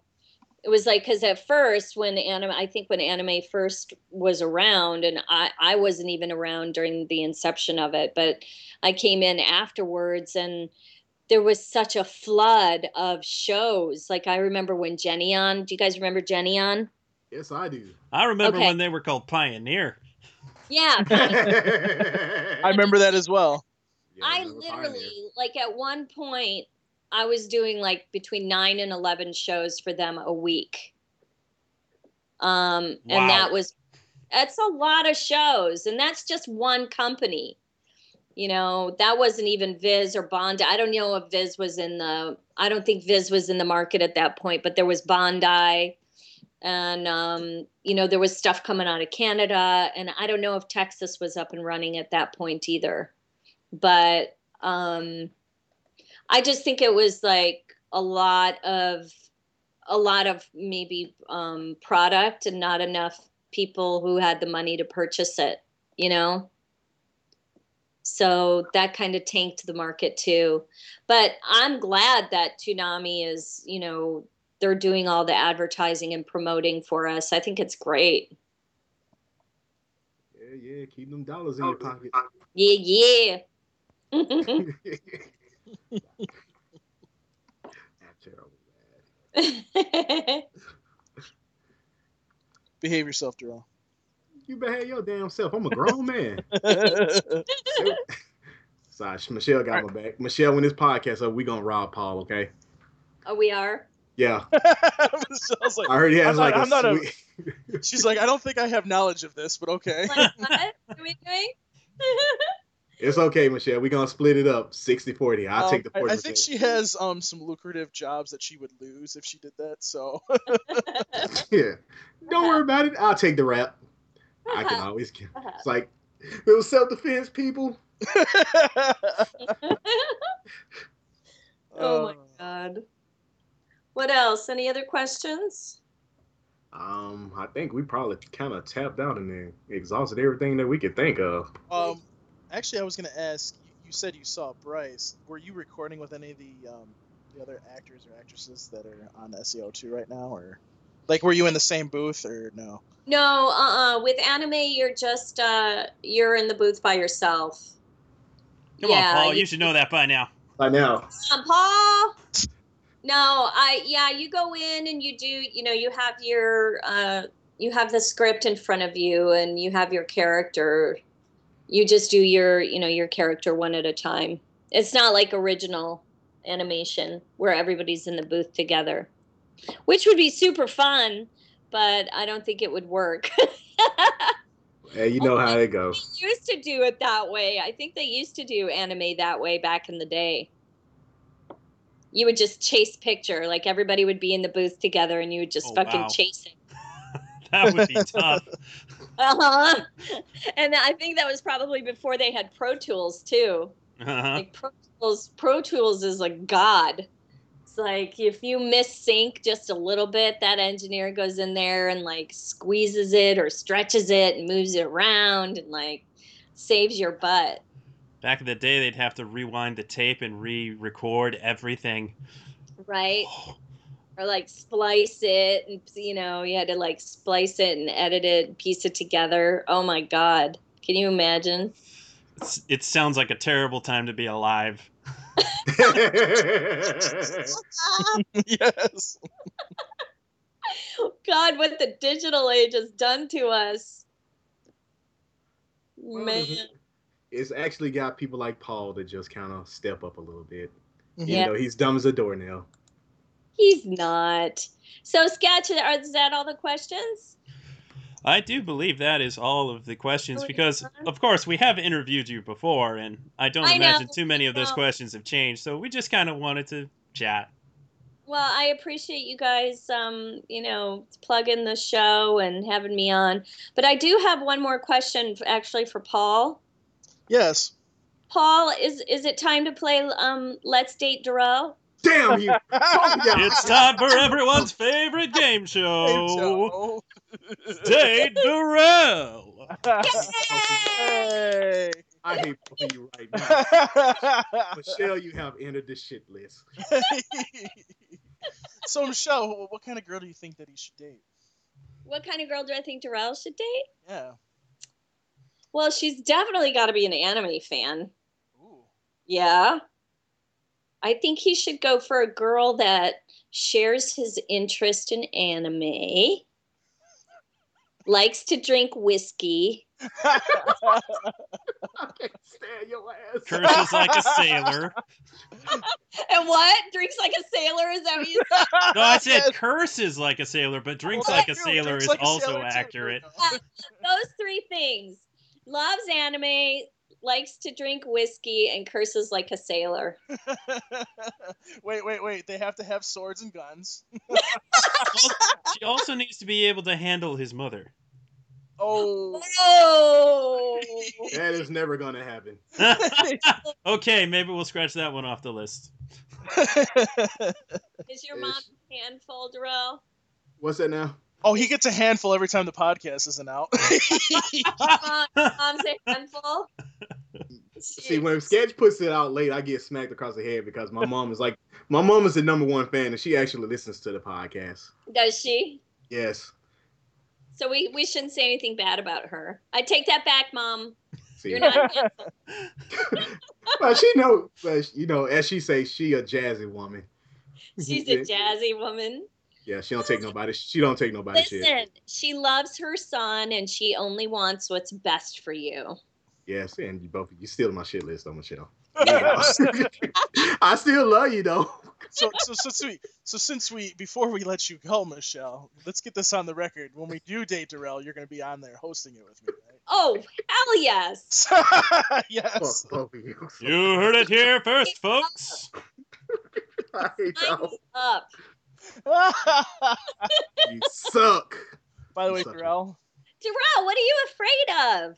Speaker 1: it was like because at first when anime i think when anime first was around and i i wasn't even around during the inception of it but i came in afterwards and there was such a flood of shows like i remember when jenny on do you guys remember jenny on
Speaker 3: Yes, I do.
Speaker 4: I remember
Speaker 1: Okay.
Speaker 4: when they were called Pioneer.
Speaker 1: yeah
Speaker 2: I
Speaker 3: I,
Speaker 2: remember that as well.
Speaker 1: I literally, like, at one point, I was doing like between nine and 11 shows for them a week. Um,
Speaker 4: Wow.
Speaker 1: And that was, that's a lot of shows. And that's just one company. You know, that wasn't even Viz or Bondi. I don't know if Viz was in the, I don't think Viz was in the market at that point, but there was Bondi. And, um, you know, there was stuff coming out of Canada. And I don't know if Texas was up and running at that point either but um i just think it was like a lot of a lot of maybe um product and not enough people who had the money to purchase it you know so that kind of tanked the market too but i'm glad that tsunami is you know they're doing all the advertising and promoting for us i think it's great
Speaker 3: Yeah, yeah. Keep them dollars in your pocket.
Speaker 1: yeah yeah
Speaker 3: Not terrible, man.
Speaker 2: Behave yourself, Darrell.
Speaker 3: You behave your damn self. I'm a grown man.
Speaker 2: All
Speaker 3: Sorry, Michelle got my back. Michelle, when this podcast up, we gonna rob Paul, okay?
Speaker 1: oh we are
Speaker 3: Yeah,
Speaker 2: Michelle's like,
Speaker 3: I heard he has
Speaker 2: I'm
Speaker 3: like
Speaker 2: not-
Speaker 3: a
Speaker 2: I'm not a-
Speaker 3: sweet-
Speaker 2: she's like, I don't think I have knowledge of this, but okay.
Speaker 1: like what are we doing?
Speaker 3: It's okay, Michelle. We're gonna split it up 60 40. I'll
Speaker 2: Um,
Speaker 3: take the 40%.
Speaker 2: I, I think she has um some lucrative jobs that she would lose if she did that. So
Speaker 3: yeah. Don't worry about it. I'll take the rap. I can always get it's like it was self defense people.
Speaker 1: oh my
Speaker 2: Uh,
Speaker 1: god. What else? Any other questions?
Speaker 3: Um, I think we probably kind of tapped out and then exhausted everything that we could think of.
Speaker 2: Um, actually, I was gonna ask. You, you said you saw Bryce. Were you recording with any of the um, the other actors or actresses that are on SEO two right now, or like were you in the same booth or no?
Speaker 1: No, uh uh With anime you're just uh you're in the booth by yourself.
Speaker 4: Come on, Paul. You, should know that by now.
Speaker 3: By now,
Speaker 1: Come on, Uh, Paul. No, I yeah, you go in and you do, you know, you have your uh you have the script in front of you and you have your character. You just do your, you know, your character one at a time. It's not like original animation where everybody's in the booth together. Which would be super fun, but I don't think it would work.
Speaker 3: hey, you know how it goes.
Speaker 1: they used to do it that way. I think they used to do anime that way back in the day. You would just chase picture, like everybody would be in the booth together, and you would just
Speaker 4: Oh,
Speaker 1: fucking
Speaker 4: wow.
Speaker 1: chase it.
Speaker 4: That would be tough.
Speaker 1: Uh-huh. and I think that was probably before they had Pro Tools too.
Speaker 4: Uh-huh.
Speaker 1: Like Pro Tools, Pro Tools is like god. It's like if you miss sync just a little bit, that engineer goes in there and like squeezes it or stretches it and moves it around and like saves your butt.
Speaker 4: Back in the day, they'd have to rewind the tape and re-record everything.
Speaker 1: right? Or like splice it, and you know, you had to like splice it and edit it, piece it together. Oh my god, can you imagine?
Speaker 4: It's, it sounds like a terrible time to be alive.
Speaker 2: yes.
Speaker 1: god, what the digital age has done to us, man.
Speaker 3: it's actually got people like Paul to just kind of step up a little bit.
Speaker 1: Yeah.
Speaker 3: You know, he's dumb as a doornail.
Speaker 1: He's not. So, sketch. Are is that all the questions?
Speaker 4: I do believe that is all of the questions because, of course, we have interviewed you before, and I don't
Speaker 1: I know.
Speaker 4: imagine too many of those
Speaker 1: No.
Speaker 4: questions have changed. So we just kind of wanted to chat.
Speaker 1: Well, I appreciate you guys, um, you know, plugging the show and having me on. But I do have one more question, f- actually, for Paul.
Speaker 2: Yes.
Speaker 1: Paul, is is it time to play um Let's Date Darrell?
Speaker 3: Damn you! Yeah.
Speaker 4: It's time for everyone's favorite game show, Date Durrell.
Speaker 2: Hey.
Speaker 3: I hate for you right now. Michelle, you have entered the shit list.
Speaker 2: So Michelle, what, what kind of girl do you think that he should date?
Speaker 1: What kind of girl do I think Darrell should date?
Speaker 2: Yeah.
Speaker 1: Well, she's definitely got to be an anime fan.
Speaker 2: Ooh.
Speaker 1: Yeah. I think he should go for a girl that shares his interest in anime, likes to drink whiskey.
Speaker 3: I can't stand your ass.
Speaker 4: Curses like a sailor.
Speaker 1: And what? Drinks like a sailor? Is that what you said?
Speaker 4: No, I said
Speaker 2: Yes.
Speaker 4: curses like a sailor, but drinks
Speaker 2: Well,
Speaker 4: like a
Speaker 2: that too,
Speaker 4: sailor
Speaker 2: drinks
Speaker 4: is
Speaker 2: like a
Speaker 4: also
Speaker 2: sailor too.
Speaker 4: accurate.
Speaker 1: Those three things loves anime, likes to drink whiskey, and curses like a sailor.
Speaker 2: wait, wait, wait. They have to have swords and guns.
Speaker 4: She also needs to be able to handle his mother.
Speaker 2: Oh.
Speaker 1: Oh.
Speaker 3: That is never gonna happen.
Speaker 4: okay, maybe we'll scratch that one off the list.
Speaker 1: Is your mom a handful, Darrell?
Speaker 3: What's that now?
Speaker 2: oh, he gets a handful every time the podcast isn't out.
Speaker 1: Mom, mom's a handful.
Speaker 3: See, when Sketch puts it out late, I get smacked across the head because my mom is like, my mom is the number one fan, and she actually listens to the podcast.
Speaker 1: Does she?
Speaker 3: Yes.
Speaker 1: So we, we shouldn't say anything bad about her. I take that back, mom.
Speaker 3: See,
Speaker 1: You're not.
Speaker 3: but she know, but you know, as she say, she a jazzy woman.
Speaker 1: She's a jazzy woman.
Speaker 3: Yeah, she don't take nobody. She don't take nobody shit.
Speaker 1: Listen, she loves her son and she only wants what's best for you.
Speaker 3: Yes, and you both you stealing my shit list on Michelle.
Speaker 2: so,
Speaker 3: I still love you though.
Speaker 2: so, so since we, so since we, before we let you go, Michelle, let's get this on the record. When we do date Darrell, you're going to be on there hosting it with me,
Speaker 1: Oh, hell yes.
Speaker 2: right?
Speaker 3: Fuck
Speaker 2: yes.
Speaker 3: both of you.
Speaker 4: You heard it here first, folks.
Speaker 3: I hate
Speaker 1: Sign
Speaker 3: y'all.
Speaker 1: me up.
Speaker 2: By
Speaker 3: You suck.
Speaker 2: the way,
Speaker 3: Sucker.
Speaker 2: Darrell,
Speaker 1: Darrell, what are you afraid of?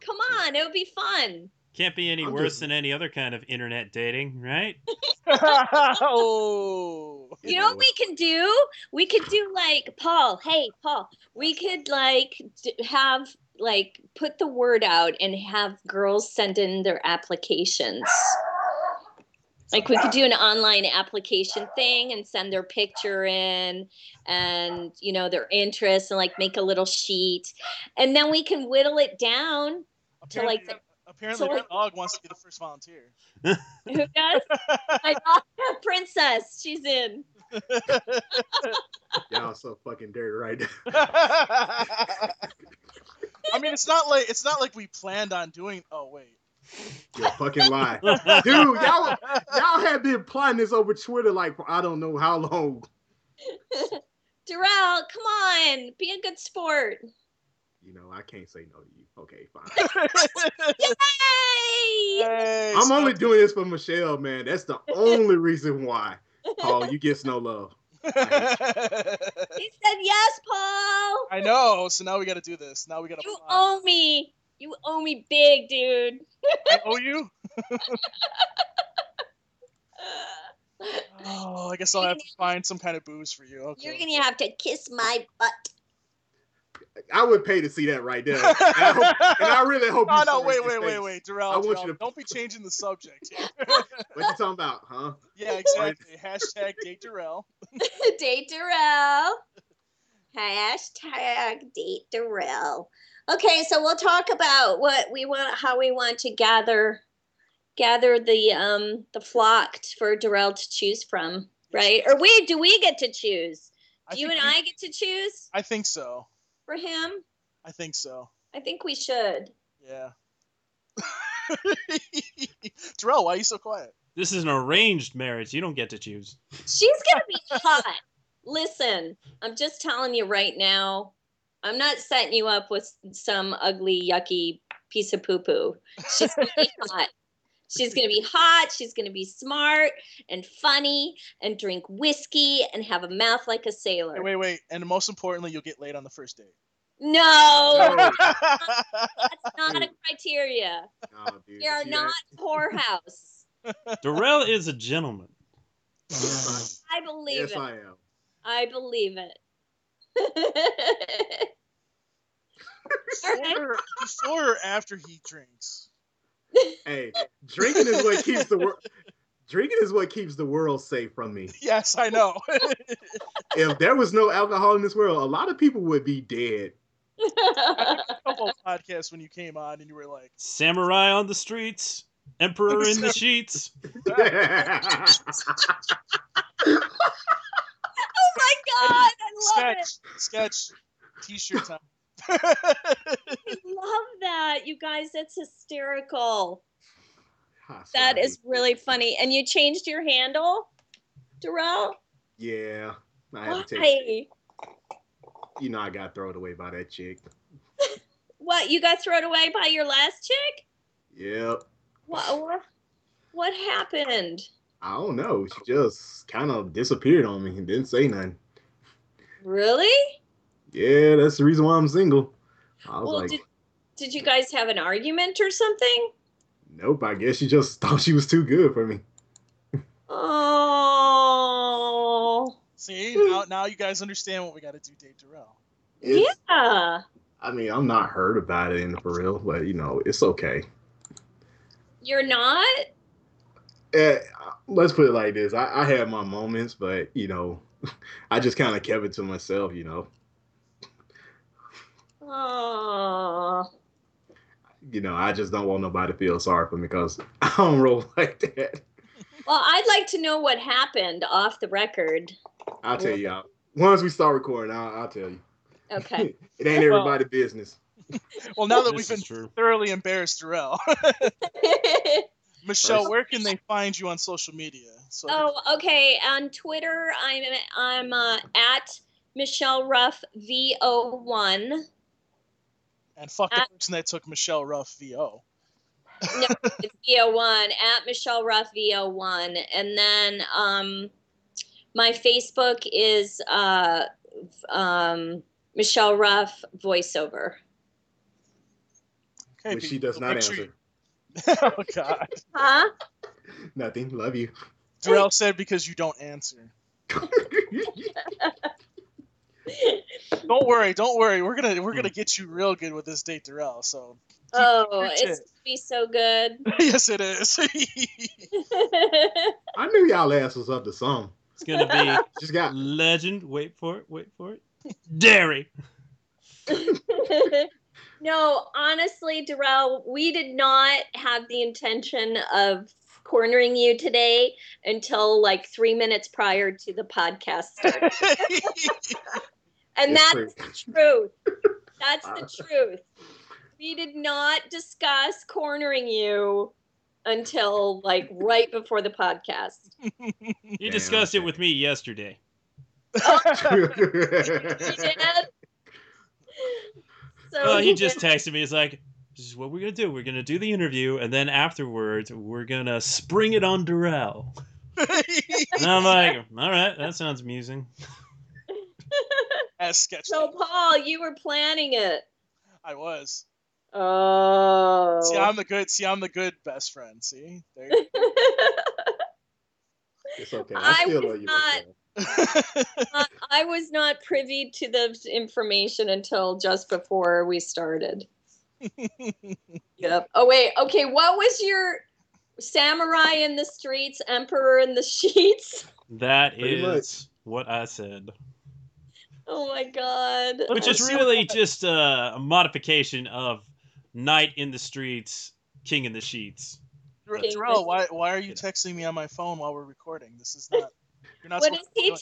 Speaker 1: Come on, it would be fun.
Speaker 4: Can't be any
Speaker 3: I'm
Speaker 4: worse
Speaker 3: just-
Speaker 4: than any other kind of internet dating, right?
Speaker 2: oh.
Speaker 1: You know what we can do? We could do like Paul. Hey, Paul. We could like d- have like put the word out and have girls send in their applications. Like we could do an online application thing and send their picture in and you know their interests and like make a little sheet. And then we can whittle it down. to,
Speaker 2: apparently,
Speaker 1: like,
Speaker 2: apparently
Speaker 1: to,
Speaker 2: the
Speaker 1: like-
Speaker 2: dog wants to be the first volunteer.
Speaker 1: Who does? My daughter, princess, she's in.
Speaker 3: Y'all so fucking dirty right now.
Speaker 2: I mean, it's not like it's not like we planned on doing. Oh wait,
Speaker 3: You're fucking lying. Dude, y'all y'all have been plotting this over Twitter like for I don't know how long.
Speaker 1: Darrell, come on, be a good sport.
Speaker 3: You know, I can't say no to you. Okay, fine.
Speaker 1: Yay!
Speaker 2: Hey,
Speaker 3: I'm
Speaker 2: so-
Speaker 3: only doing this for Michelle, man. That's the only reason why. Paul, you gets no love.
Speaker 1: He said yes, Paul.
Speaker 2: I know. So now we got to do this. Now we got to.
Speaker 1: You owe me. You owe me big, dude.
Speaker 2: I owe you. Oh, I guess I'll have to find some kind of booze for you. Okay.
Speaker 1: You're gonna have to kiss my butt.
Speaker 3: I would pay to see that right there. And I, hope, and I really hope
Speaker 2: Oh no!
Speaker 3: you saw
Speaker 2: Wait,
Speaker 3: his
Speaker 2: wait, wait,
Speaker 3: face.
Speaker 2: wait, Darrell.
Speaker 3: I want you
Speaker 2: Darrell,
Speaker 3: to-
Speaker 2: Don't be changing the subject. here.
Speaker 3: What you talking about, huh?
Speaker 2: yeah, exactly. Hashtag date Darrell.
Speaker 1: date Darrell. Hashtag date Darrell. Okay, so we'll talk about what we want, how we want to gather, gather the um the flock t- for Darrell to choose from, right? Or we do we get to choose? Do you and
Speaker 2: think we-
Speaker 1: I get to choose
Speaker 2: I think so.
Speaker 1: for him?
Speaker 2: I think so.
Speaker 1: I think we should.
Speaker 2: Yeah. Darrell, why are you so quiet?
Speaker 4: This is an arranged marriage. You don't get to choose.
Speaker 1: She's gonna be hot. Listen, I'm just telling you right now. I'm not setting you up with some ugly, yucky piece of poo poo. She's gonna be hot. She's gonna be hot. She's gonna be smart and funny and drink whiskey and have a mouth like a
Speaker 2: Hey,
Speaker 1: sailor.
Speaker 2: wait, wait, and most importantly, you'll get laid on the first date.
Speaker 1: No,
Speaker 3: No.
Speaker 1: that's not a criteria.
Speaker 3: Oh, dude,
Speaker 1: They are
Speaker 3: see
Speaker 1: not whorehouse.
Speaker 4: Darrell is a gentleman.
Speaker 3: that?
Speaker 1: I believe
Speaker 3: Yes,
Speaker 1: it.
Speaker 3: I am.
Speaker 1: I believe it.
Speaker 2: before, before or after he drinks.
Speaker 3: Hey, drinking is what keeps the world. Drinking is what keeps the world safe from me.
Speaker 2: Yes, I know.
Speaker 3: If there was no alcohol in this world, a lot of people would be dead.
Speaker 2: a
Speaker 1: Oh
Speaker 2: couple of podcasts when you came on and you were like,
Speaker 4: Samurai on the streets, emperor in the sheets.
Speaker 1: Oh my god, I love it.
Speaker 2: sketch, sketch, t-shirt time.
Speaker 1: I love that. You guys, that's hysterical.
Speaker 3: Hot
Speaker 1: That
Speaker 3: sloppy.
Speaker 1: is really funny. And you changed your handle, Darrell?
Speaker 3: Yeah. I had
Speaker 1: Why?
Speaker 3: to take, you know, I got thrown away by that chick.
Speaker 1: What, you got thrown away by your last chick?
Speaker 3: Yep.
Speaker 1: What, what, what happened?
Speaker 3: I don't know. She just kind of disappeared on me and didn't say nothing.
Speaker 1: Really?
Speaker 3: Yeah, that's the reason why I'm single. I was
Speaker 1: Well,
Speaker 3: like,
Speaker 1: did, did you guys have an argument or something?
Speaker 3: nope, I guess she just thought she was too good for me.
Speaker 1: Oh.
Speaker 2: See, now, now you guys understand what we got to do, Dave Durrell.
Speaker 3: It's-
Speaker 1: Yeah.
Speaker 3: I mean, I'm not hurt about it in for real, but you know, it's okay.
Speaker 1: You're not?
Speaker 3: Eh, let's put it like this: I, I had my moments, but you know, I just kind of kept it to myself. You know,
Speaker 1: Oh.
Speaker 3: you know, I just don't want nobody to feel sorry for me because I don't roll like that.
Speaker 1: Well, I'd like to know what happened off the record.
Speaker 3: I'll tell you. all Once we start recording, I'll, I'll tell you.
Speaker 1: Okay.
Speaker 3: It ain't
Speaker 2: Well-
Speaker 3: everybody business.
Speaker 2: Well, now that we've
Speaker 4: This
Speaker 2: been
Speaker 4: is true.
Speaker 2: thoroughly embarrassed, Durrell, Michelle, where can they find you on social media? So
Speaker 1: oh, okay. On Twitter, I'm I'm uh, at Michelle Ruff V01.
Speaker 2: and fuck
Speaker 1: uh,
Speaker 2: the person that took Michelle Ruff VO.
Speaker 1: It's V01 at Michelle Ruff V01, and then um, my Facebook is uh, um, Michelle Ruff voiceover.
Speaker 2: Okay,
Speaker 3: which
Speaker 2: but
Speaker 3: she does
Speaker 2: so
Speaker 3: not
Speaker 2: make sure
Speaker 3: answer.
Speaker 2: you- oh God,
Speaker 1: Huh?
Speaker 3: Nothing. Love you.
Speaker 2: Durrell said because you don't answer. Don't worry, don't worry. We're gonna we're
Speaker 3: Hmm.
Speaker 2: gonna get you real good with this date, Durrell. So
Speaker 1: Oh, it's
Speaker 2: Richard.
Speaker 1: gonna be so good.
Speaker 2: yes, it is.
Speaker 3: I knew y'all ass was up to something.
Speaker 4: It's going to
Speaker 3: Just
Speaker 4: be
Speaker 3: got
Speaker 4: legend. Wait for it. Wait for it. Dairy.
Speaker 1: no, honestly, Darrell, we did not have the intention of cornering you today until like three minutes prior to the podcast start. And
Speaker 3: Yes,
Speaker 1: that's
Speaker 3: sir.
Speaker 1: the truth. That's the truth. We did not discuss cornering you until like right before the podcast.
Speaker 4: You
Speaker 3: Damn,
Speaker 4: discussed it
Speaker 3: okay.
Speaker 4: with me yesterday.
Speaker 1: Oh, You did? So
Speaker 4: Well, he
Speaker 1: you
Speaker 4: just texted me. He's like, "This is what we're gonna do. We're gonna do the interview, and then afterwards, we're gonna spring it on Durrell." And I'm like, "All right, that sounds amusing."
Speaker 2: As sketched,
Speaker 1: So, Paul, you were planning it.
Speaker 2: I was.
Speaker 1: Oh.
Speaker 2: See, I'm the good. See, I'm the good best friend. See, there you
Speaker 1: Oh.
Speaker 3: It's okay.
Speaker 1: I
Speaker 3: I still
Speaker 1: was
Speaker 3: love you.
Speaker 1: not-
Speaker 3: Michelle.
Speaker 1: I- I was not privy to the information until just before we started. yep. Oh, wait. Okay. What was your samurai in the streets, emperor in the sheets?
Speaker 4: That is
Speaker 3: Pretty
Speaker 4: what I said,
Speaker 1: Oh, my God.
Speaker 4: which is
Speaker 2: Let's see what
Speaker 4: really just uh, a modification of "Night in the Streets, King in the Sheets."
Speaker 2: Dr-
Speaker 1: Okay,
Speaker 2: Darrell,
Speaker 1: let's-
Speaker 2: why why are you texting me on my phone while we're recording? This is not. You're not
Speaker 1: What is
Speaker 2: supposed to be
Speaker 1: he?
Speaker 2: doing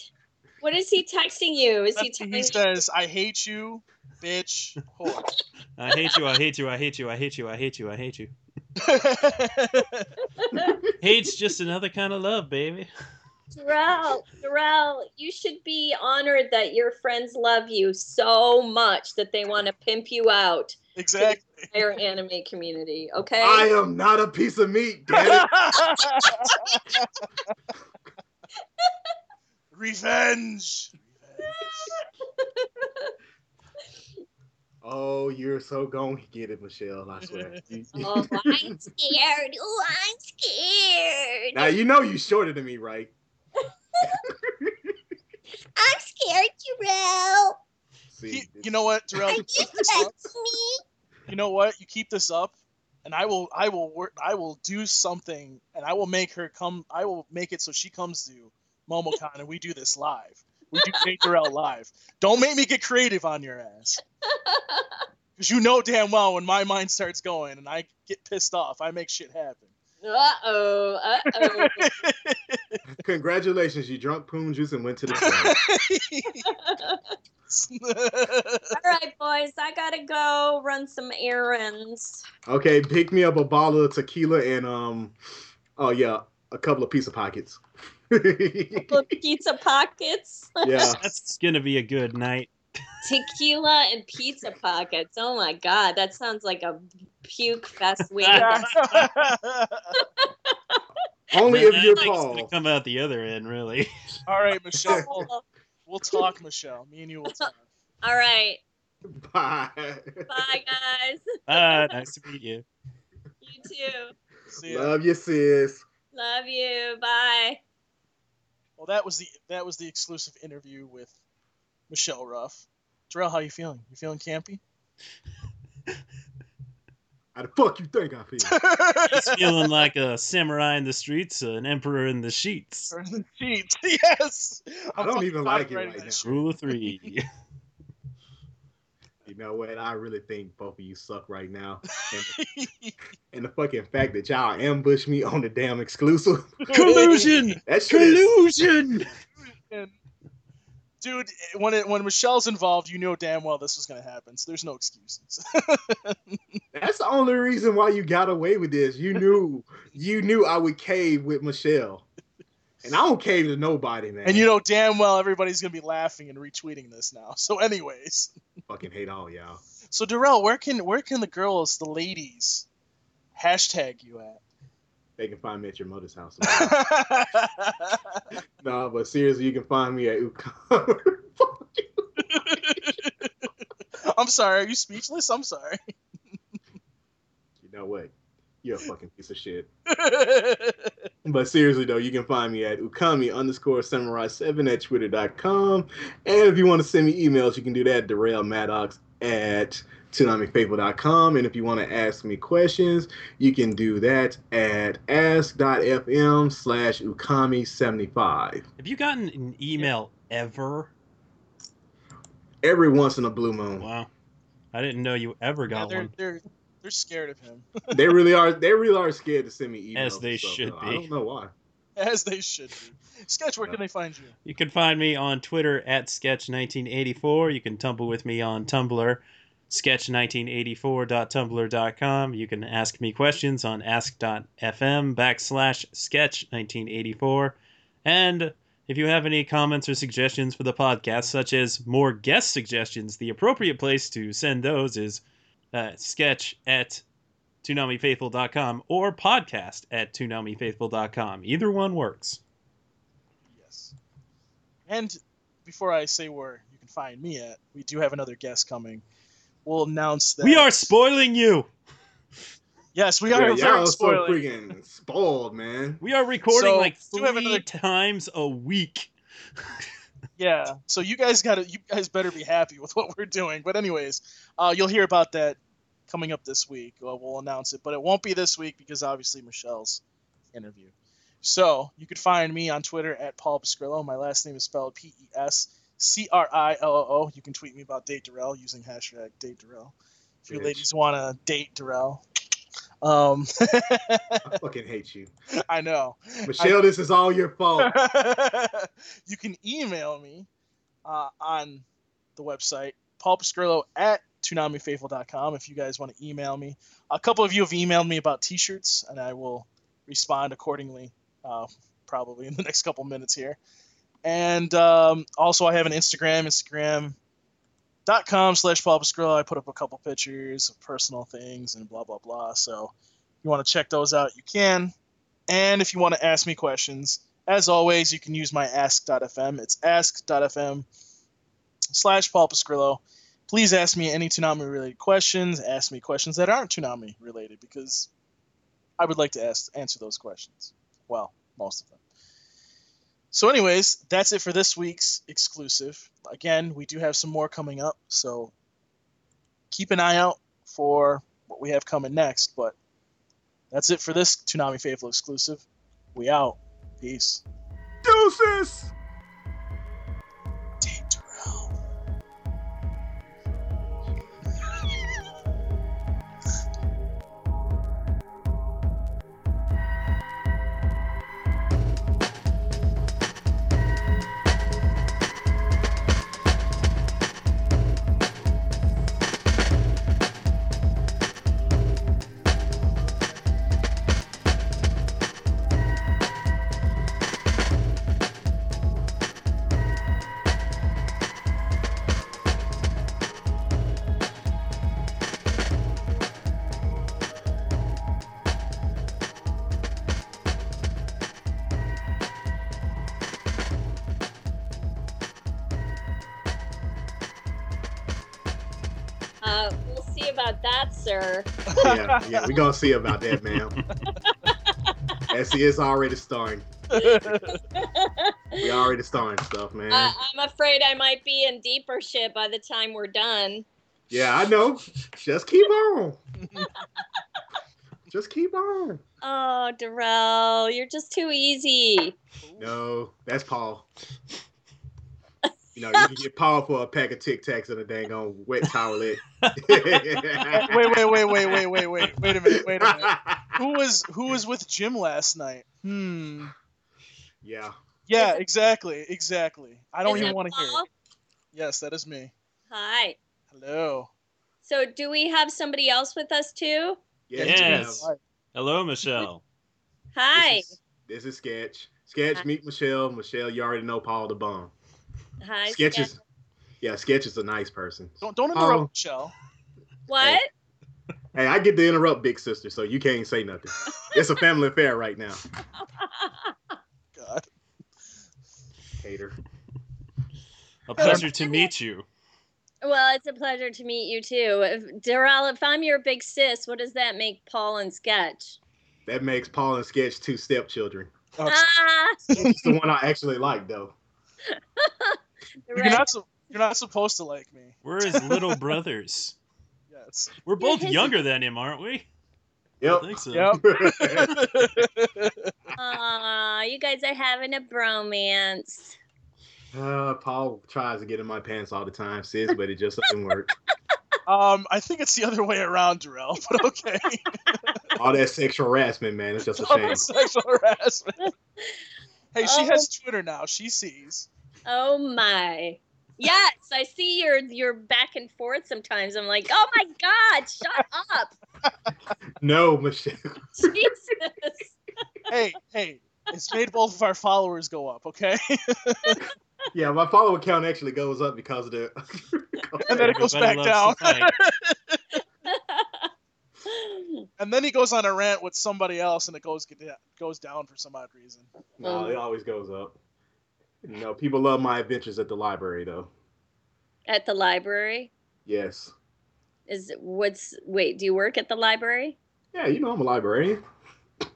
Speaker 1: What is he texting you? Is he
Speaker 2: that.
Speaker 1: telling
Speaker 2: He says, "I hate you, bitch, whore."
Speaker 4: I hate you. I hate you. I hate you. I hate you. I hate you. I hate you. Hate's just another kind of love, baby.
Speaker 1: Darrell, Darrell, you should be honored that your friends love you so much that they want to pimp you out
Speaker 2: exactly.
Speaker 1: to their anime community. Okay.
Speaker 3: I am not a piece of meat, damn
Speaker 2: Revenge.
Speaker 3: Oh, you're so going to get it, Michelle. I swear. You-
Speaker 1: oh, I'm scared. Oh, I'm scared.
Speaker 3: now you know you shorter than me, right?
Speaker 1: I'm scared, Darrell.
Speaker 3: See,
Speaker 2: He- you know what, Darrell?
Speaker 1: Can you text me?
Speaker 2: You know what? You keep this up, and I will I will work I will do something and I will make her come I will make it so she comes to MomoCon and we do this live. We do Jake Durrell live. Don't make me get creative on your ass. Because you know damn well when my mind starts going and I get pissed off, I make shit happen.
Speaker 1: Uh oh. Uh oh.
Speaker 3: Congratulations, you drunk poon juice and went to the show.
Speaker 1: All right, boys. I gotta go run some errands.
Speaker 3: okay, pick me up a bottle of tequila and um, oh yeah, a couple of pizza pockets.
Speaker 1: Little pizza pockets,
Speaker 3: yeah,
Speaker 4: That's gonna be a good night.
Speaker 1: tequila, and pizza pockets. Oh my god, that sounds like a puke fest week.
Speaker 3: only
Speaker 4: That-
Speaker 3: if you're
Speaker 4: that thing's gonna
Speaker 3: Paul.
Speaker 4: come out the other end, really.
Speaker 2: All right, Michelle. We'll,
Speaker 1: All
Speaker 2: we'll talk, Michelle. Me and you will talk.
Speaker 1: right.
Speaker 3: Bye.
Speaker 1: Bye, guys.
Speaker 4: Ah, nice to meet you.
Speaker 1: You too.
Speaker 2: See ya.
Speaker 3: Love you, sis.
Speaker 1: Love you. Bye.
Speaker 2: Well, that was the that was the exclusive interview with Michelle Ruff. Darrell, how you feeling? You feeling campy?
Speaker 3: How the fuck you think I feel?
Speaker 4: It's feeling like a samurai in the streets, an emperor in the sheets.
Speaker 2: Or in the sheets. Yes.
Speaker 3: I don't
Speaker 2: fucking
Speaker 3: even like it
Speaker 2: copywriting
Speaker 3: right
Speaker 2: that
Speaker 3: now.
Speaker 2: shit.
Speaker 4: Rule of three.
Speaker 3: You know what? I really think both of you suck right now. And, and the fucking fact that y'all ambush me on the damn exclusive.
Speaker 4: Collusion!
Speaker 3: That shit is,
Speaker 4: Collusion!
Speaker 2: And, dude, when it, when Michelle's involved, you know damn well this was gonna happen. So there's no excuses.
Speaker 3: That's the only reason why you got away with this. You knew you knew I would cave with Michelle. And I don't cave to nobody, man.
Speaker 2: and you know damn well everybody's gonna be laughing and retweeting this now. So, anyways,
Speaker 3: fucking hate all y'all.
Speaker 2: so Darrell, where can where can the girls, the ladies, hashtag you at?
Speaker 3: They can find me at your mother's house.
Speaker 2: I
Speaker 3: nah, but seriously, you can find me at Ucon.
Speaker 2: am sorry. Are you speechless? I'm sorry.
Speaker 3: you know what? You're a fucking piece of shit.
Speaker 2: All
Speaker 3: But seriously though, you can find me at ukami underscore samurai seven at twitter.com. And if you want to send me emails, you can do that derail maddox at tunamifaithful.com. And if you want to ask me questions, you can do that at ask.fm slash ukami75.
Speaker 4: Have you gotten an email ever?
Speaker 3: Every once in a blue moon.
Speaker 4: Wow. I didn't know you ever
Speaker 2: yeah,
Speaker 4: got
Speaker 2: they're,
Speaker 4: one.
Speaker 2: they're they're scared of him,
Speaker 3: They really are they really are scared to send me emails.
Speaker 4: As they
Speaker 3: and stuff,
Speaker 4: should
Speaker 3: though. I
Speaker 4: be.
Speaker 3: don't know why.
Speaker 2: as they should be. Sketch, where can they find you?
Speaker 4: You can find me on Twitter at Sketch1984. You can tumble with me on Tumblr, sketch1984.tumblr.com. You can ask me questions on ask.fm backslash sketch1984. And if you have any comments or suggestions for the podcast, such as more guest suggestions, the appropriate place to send those is uh, sketch at tunamifaithful.com or podcast at tunamifaithful.com. Either one works.
Speaker 2: Yes. And before I say where you can find me at, we do have another guest coming. We'll announce that.
Speaker 4: We are spoiling you.
Speaker 2: Yes, we
Speaker 3: Yeah,
Speaker 2: are.
Speaker 3: y'all
Speaker 2: very
Speaker 3: are so
Speaker 2: spoiling.
Speaker 3: freaking spoiled, man.
Speaker 4: We are recording
Speaker 2: So,
Speaker 4: like
Speaker 2: do
Speaker 4: three
Speaker 2: you have another-
Speaker 4: times a week.
Speaker 2: Yeah. So you guys got to you guys better be happy with what we're doing. But anyways, uh, you'll hear about that coming up this week. Uh, we'll announce it, but it won't be this week because obviously Michelle's interview. So you could find me on Twitter at Paul Pascrillo. My last name is spelled P E S C R I L O O. You can tweet me about Date Durrell using hashtag Date Durrell. If you
Speaker 3: Bitch.
Speaker 2: ladies want to date Durrell, um,
Speaker 3: I fucking hate you.
Speaker 2: I know.
Speaker 3: Michelle, this is all your fault.
Speaker 2: you can email me uh, on the website, Paul Pascrillo at ToonamiFaithful.com if you guys want to email me. A couple of you have emailed me about t shirts, and I will respond accordingly uh, probably in the next couple minutes here. And um, also, I have an Instagram, Instagram.com slash Paul Pascrillo. I put up a couple pictures of personal things and blah, blah, blah. So if you want to check those out, you can. And if you want to ask me questions, as always, you can use my ask.fm. It's ask.fm slash Paul Pascrillo. Please ask me any Toonami related questions. Ask me questions that aren't Toonami related because I would like to ask answer those questions. Well, most of them. So, anyways, that's it for this week's exclusive. Again, we do have some more coming up, so keep an eye out for what we have coming next. But That's it for this Toonami Faithful exclusive. We out. Peace.
Speaker 3: Deuces!
Speaker 2: Dave Terrell.
Speaker 1: Uh, we'll see about that, sir.
Speaker 3: Yeah, yeah, we gonna see about that, ma'am. Essie is already starting. We already starting stuff, man.
Speaker 1: Uh, I'm afraid I might be in deeper shit by the time we're done.
Speaker 3: yeah, I know. Just keep on. Just keep on.
Speaker 1: Oh, Darrell, you're just too easy.
Speaker 3: No, that's Paul. You know, you can get Paul for a pack of Tic Tacs and a dang on wet towelette.
Speaker 2: wait, wait, wait, wait, wait, wait, wait, wait a minute, wait a minute. Who was who was with Jim last night? Hmm.
Speaker 3: yeah.
Speaker 2: Yeah,
Speaker 1: Is it-
Speaker 2: exactly, exactly. I don't
Speaker 1: Is
Speaker 2: even
Speaker 1: it
Speaker 2: want to hear.
Speaker 1: Paul?
Speaker 2: It. Yes, that is me.
Speaker 1: Hi.
Speaker 2: Hello.
Speaker 1: So, do we have somebody else with us too?
Speaker 3: Yes.
Speaker 4: Yes.
Speaker 3: ma'am.
Speaker 4: Hello, Michelle.
Speaker 1: Hi.
Speaker 3: This is, this is Sketch. Sketch,
Speaker 1: Hi.
Speaker 3: meet Michelle. Michelle, you already know Paul the bomb.
Speaker 1: Hi.
Speaker 3: Sketch
Speaker 1: Sketch.
Speaker 3: is, yeah, Sketch is a nice person.
Speaker 2: Don't don't interrupt,
Speaker 3: Oh.
Speaker 2: Michelle.
Speaker 1: What?
Speaker 3: Hey, I get to interrupt Big Sister, so you can't say nothing. it's a family affair right now,
Speaker 2: God.
Speaker 3: hater.
Speaker 4: A pleasure to meet you.
Speaker 1: Well, it's a pleasure to meet you too. If, Darrell, if I'm your big sis, what does that make Paul and Sketch?
Speaker 3: That makes Paul and Sketch two stepchildren.
Speaker 2: Oh,
Speaker 1: Ah,
Speaker 3: It's the one I actually like, though.
Speaker 2: you're not su- you're not supposed to like me.
Speaker 4: We're his little brothers.
Speaker 2: Yes.
Speaker 4: We're both
Speaker 1: his-
Speaker 4: younger than him, aren't we? I
Speaker 3: Yep.
Speaker 4: think so.
Speaker 2: Yep.
Speaker 1: Aw, you guys are having a bromance.
Speaker 3: Uh, Paul tries to get in my pants all the time, sis, but it just doesn't work.
Speaker 2: Um, I think it's the other way around, Darrell. But okay.
Speaker 3: All that sexual harassment, man, it's just a
Speaker 2: All
Speaker 3: shame.
Speaker 2: that sexual harassment. Hey, she
Speaker 1: Oh.
Speaker 2: has Twitter now. She sees.
Speaker 1: Oh my. Yes, I see your your back and forth sometimes. I'm like, oh my god, shut up.
Speaker 3: No, Michelle.
Speaker 1: Jesus.
Speaker 2: Hey, hey, it's made both of our followers go up. Okay.
Speaker 3: Yeah, my follower count actually goes up because of the.
Speaker 2: And then it goes
Speaker 4: Everybody
Speaker 2: back
Speaker 4: loves to fight.
Speaker 2: And then he goes on a rant with somebody else, and it goes get, goes down for some odd reason.
Speaker 3: no, it always goes up. You know, people love my adventures at the library, though.
Speaker 1: at the library?
Speaker 3: Yes.
Speaker 1: Is what's wait, do you work at the library?
Speaker 3: Yeah, you know I'm a librarian.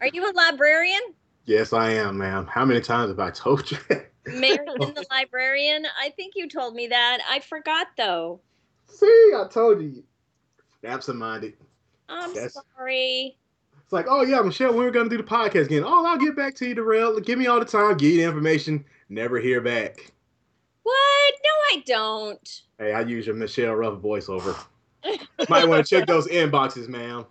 Speaker 1: Are you a librarian?
Speaker 3: Yes, I am, ma'am. How many times have I told you?
Speaker 1: Marion the librarian? I think you told me that. I forgot though.
Speaker 3: See, I told you. Absent-minded.
Speaker 1: I'm
Speaker 3: Yes.
Speaker 1: sorry.
Speaker 3: It's like, oh yeah, Michelle, when we're gonna do the podcast again? Oh, I'll get back to you, Darrell. Give me all the time. Give you the information. Never hear back.
Speaker 1: What? No, I don't.
Speaker 3: Hey, I use your Michelle Ruff voiceover. Might want to check those inboxes, ma'am.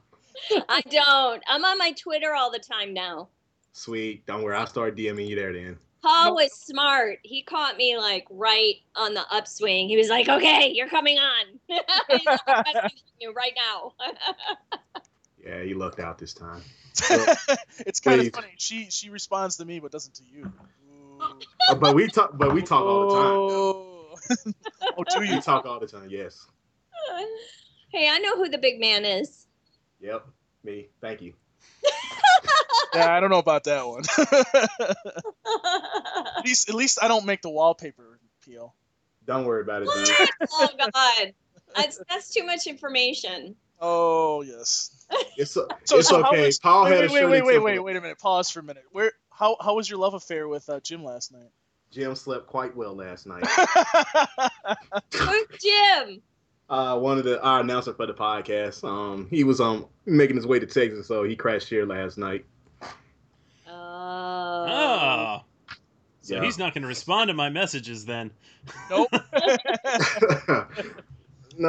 Speaker 1: I don't. I'm on my Twitter all the time now.
Speaker 3: Sweet. Don't worry. I'll start DMing you there then.
Speaker 1: Paul was smart. He caught me like right on the upswing. He was like, "Okay, you're coming on. He's like, "I'm messaging you right now."
Speaker 3: Yeah, you lucked out this time.
Speaker 2: it's kind
Speaker 3: Wait.
Speaker 2: of funny. She she responds to me, but doesn't to you.
Speaker 3: Uh, but we talk. But we talk all the time.
Speaker 2: the time. oh, do
Speaker 3: We
Speaker 2: you?
Speaker 3: talk all the time. Yes.
Speaker 1: hey, I know who the big man is.
Speaker 3: Yep. Me. Thank you.
Speaker 2: Yeah, I don't know about that one. at least at least I don't make the wallpaper peel.
Speaker 3: Don't worry about it. dude.
Speaker 1: what? Oh God, that's, that's too much information.
Speaker 2: Oh yes.
Speaker 3: It's,
Speaker 2: So-
Speaker 3: it's
Speaker 2: so how
Speaker 3: okay.
Speaker 2: was-
Speaker 3: Paul had
Speaker 2: wait,
Speaker 3: a
Speaker 2: wait,
Speaker 3: Shirley
Speaker 2: wait, wait,
Speaker 3: Temple.
Speaker 2: wait, wait a minute. Pause for a minute. Where? How how was your love affair with uh, Jim last night?
Speaker 3: Jim slept quite well last night.
Speaker 1: Who's Jim?
Speaker 3: uh, one of the our announcer for the podcast. Um, he was um making his way to Texas, so he crashed here last night.
Speaker 1: Oh.
Speaker 4: Oh. So
Speaker 3: Yeah.
Speaker 4: he's not going to respond to my messages then.
Speaker 2: Nope.
Speaker 3: no,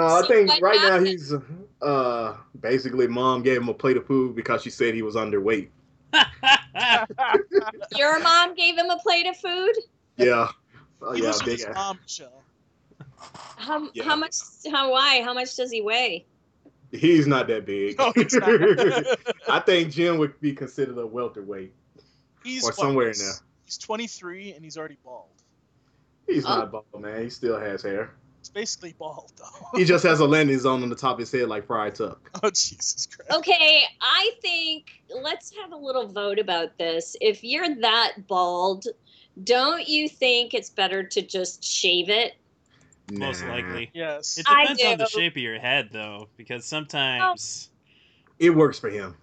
Speaker 3: I
Speaker 1: So
Speaker 3: think
Speaker 1: what
Speaker 3: right now
Speaker 1: happened?
Speaker 3: he's uh basically mom gave him a plate of food because she said he was underweight.
Speaker 1: Your mom gave him a plate of food?
Speaker 3: Yeah. Oh,
Speaker 2: he
Speaker 3: yeah,
Speaker 2: lives with
Speaker 3: big
Speaker 2: his
Speaker 3: ass.
Speaker 2: mom, Michelle.
Speaker 1: How,
Speaker 3: Yeah.
Speaker 1: how much, how, why? How much does he weigh?
Speaker 3: He's not that big.
Speaker 2: No, he's not.
Speaker 3: I think Jim would be considered a welterweight.
Speaker 2: he's
Speaker 3: Or
Speaker 2: what,
Speaker 3: somewhere
Speaker 2: he's-
Speaker 3: now.
Speaker 2: He's 23 and he's already bald.
Speaker 3: He's
Speaker 1: Oh.
Speaker 3: not bald, man. He still has hair.
Speaker 2: He's basically bald though.
Speaker 3: He just has a landing zone on the top of his head like Fry Tuck.
Speaker 2: oh Jesus Christ.
Speaker 1: Okay, I think let's have a little vote about this. If you're that bald, don't you think it's better to just shave it?
Speaker 4: Most
Speaker 3: Nah.
Speaker 4: likely.
Speaker 2: Yes.
Speaker 4: It
Speaker 1: I
Speaker 4: depends on the
Speaker 1: do.
Speaker 4: shape of your head, though, because sometimes
Speaker 3: It works for him.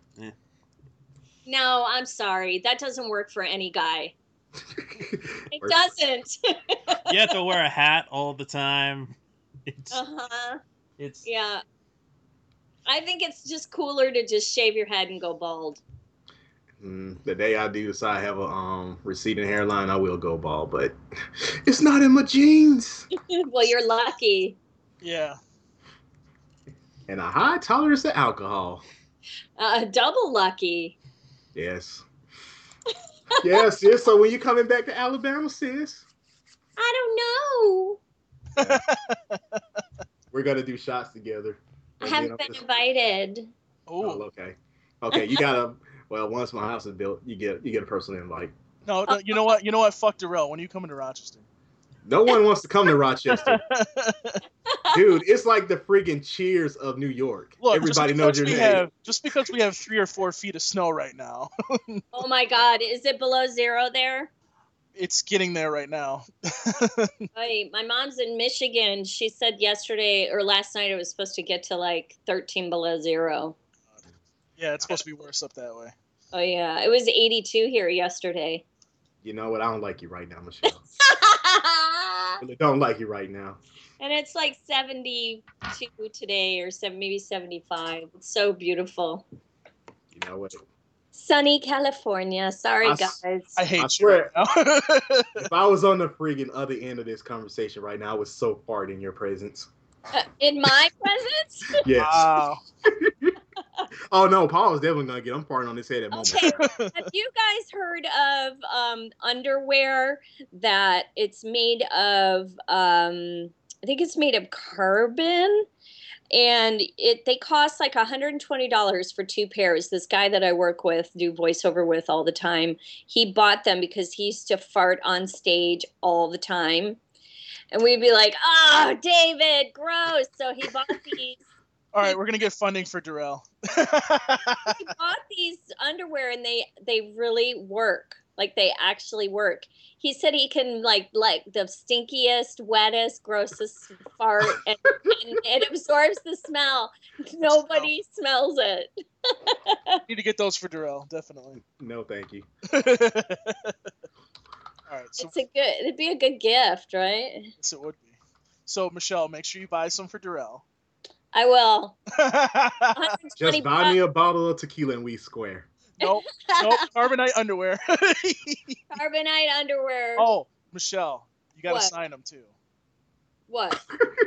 Speaker 1: No, I'm sorry. That doesn't work for any guy. It
Speaker 3: Works.
Speaker 1: doesn't.
Speaker 4: you have to wear a hat all the time. It's,
Speaker 1: uh-huh.
Speaker 4: it's
Speaker 1: Yeah. I think it's just cooler to just shave your head and go bald.
Speaker 3: Mm, the day I do decide I have a um, receding hairline, I will go bald, but it's not in my jeans.
Speaker 1: well, you're lucky.
Speaker 2: Yeah.
Speaker 3: And a high tolerance to alcohol.
Speaker 1: Uh, double lucky.
Speaker 3: Yes. yes, yes. So when you coming back to Alabama, sis,
Speaker 1: I don't know.
Speaker 3: we're gonna do shots together.
Speaker 1: I haven't been invited.
Speaker 2: Oh
Speaker 3: Oh, okay. Okay, you gotta. Well, once my house is built, you get you get a personal invite.
Speaker 2: no, no, you know what? You know what? Fuck Darrell. When are you coming to Rochester?
Speaker 3: No one wants to come to Rochester, dude. It's like the freaking Cheers of New York.
Speaker 2: Look,
Speaker 3: Everybody
Speaker 2: just
Speaker 3: knows
Speaker 2: because
Speaker 3: your
Speaker 2: we
Speaker 3: name.
Speaker 2: Have, just because we have three or four feet of snow right now,
Speaker 1: Oh my God. Is it below zero there?
Speaker 2: it's getting there right now.
Speaker 1: Right. My mom's in Michigan. She said yesterday or last night it was supposed to get to like 13 below zero.
Speaker 2: Yeah, it's supposed to be worse up that way.
Speaker 1: Oh, yeah. It was 82 here yesterday.
Speaker 3: You know what? I don't like you right now, Michelle. I
Speaker 1: and
Speaker 3: really don't like you right now.
Speaker 1: it's like 72 today or seven, maybe 75. It's so beautiful.
Speaker 3: You know what?
Speaker 1: Sunny California. Sorry,
Speaker 3: I s-
Speaker 1: guys.
Speaker 2: I hate
Speaker 3: I
Speaker 2: you
Speaker 3: swear.
Speaker 2: right now.
Speaker 3: If I was on the freaking other end of this conversation right now, I would so fart in your presence.
Speaker 1: Uh, in my presence?
Speaker 3: Yes.
Speaker 2: wow.
Speaker 3: oh no, Paul is definitely gonna get. I'm farting on his head at moment.
Speaker 1: Okay. Have you guys heard of um, underwear that it's made of? Um, I think it's made of carbon, and it they cost like $120 for two pairs. This guy that I work with, do voiceover with all the time, he bought them because he used to fart on stage all the time, and we'd be like, "Oh, David, gross!" So he bought these
Speaker 2: All right, we're gonna get funding for Darrell.
Speaker 1: I bought these underwear and they they really work. Like they actually work. He said he can like like the stinkiest, wettest, grossest fart, and, and it absorbs the smell. Nobody smells it.
Speaker 2: Need to get those for Darrell, definitely.
Speaker 3: No, thank you.
Speaker 2: All right, so
Speaker 1: It's a good. It'd be a good gift, right?
Speaker 2: yes, it would be. So Michelle, make sure you buy some for Darrell.
Speaker 1: I will.
Speaker 3: Just buy me a bottle of tequila and we square.
Speaker 2: nope, nope, carbonite underwear.
Speaker 1: carbonite underwear.
Speaker 2: oh, Michelle, you gotta
Speaker 1: What?
Speaker 2: sign them too.
Speaker 1: What?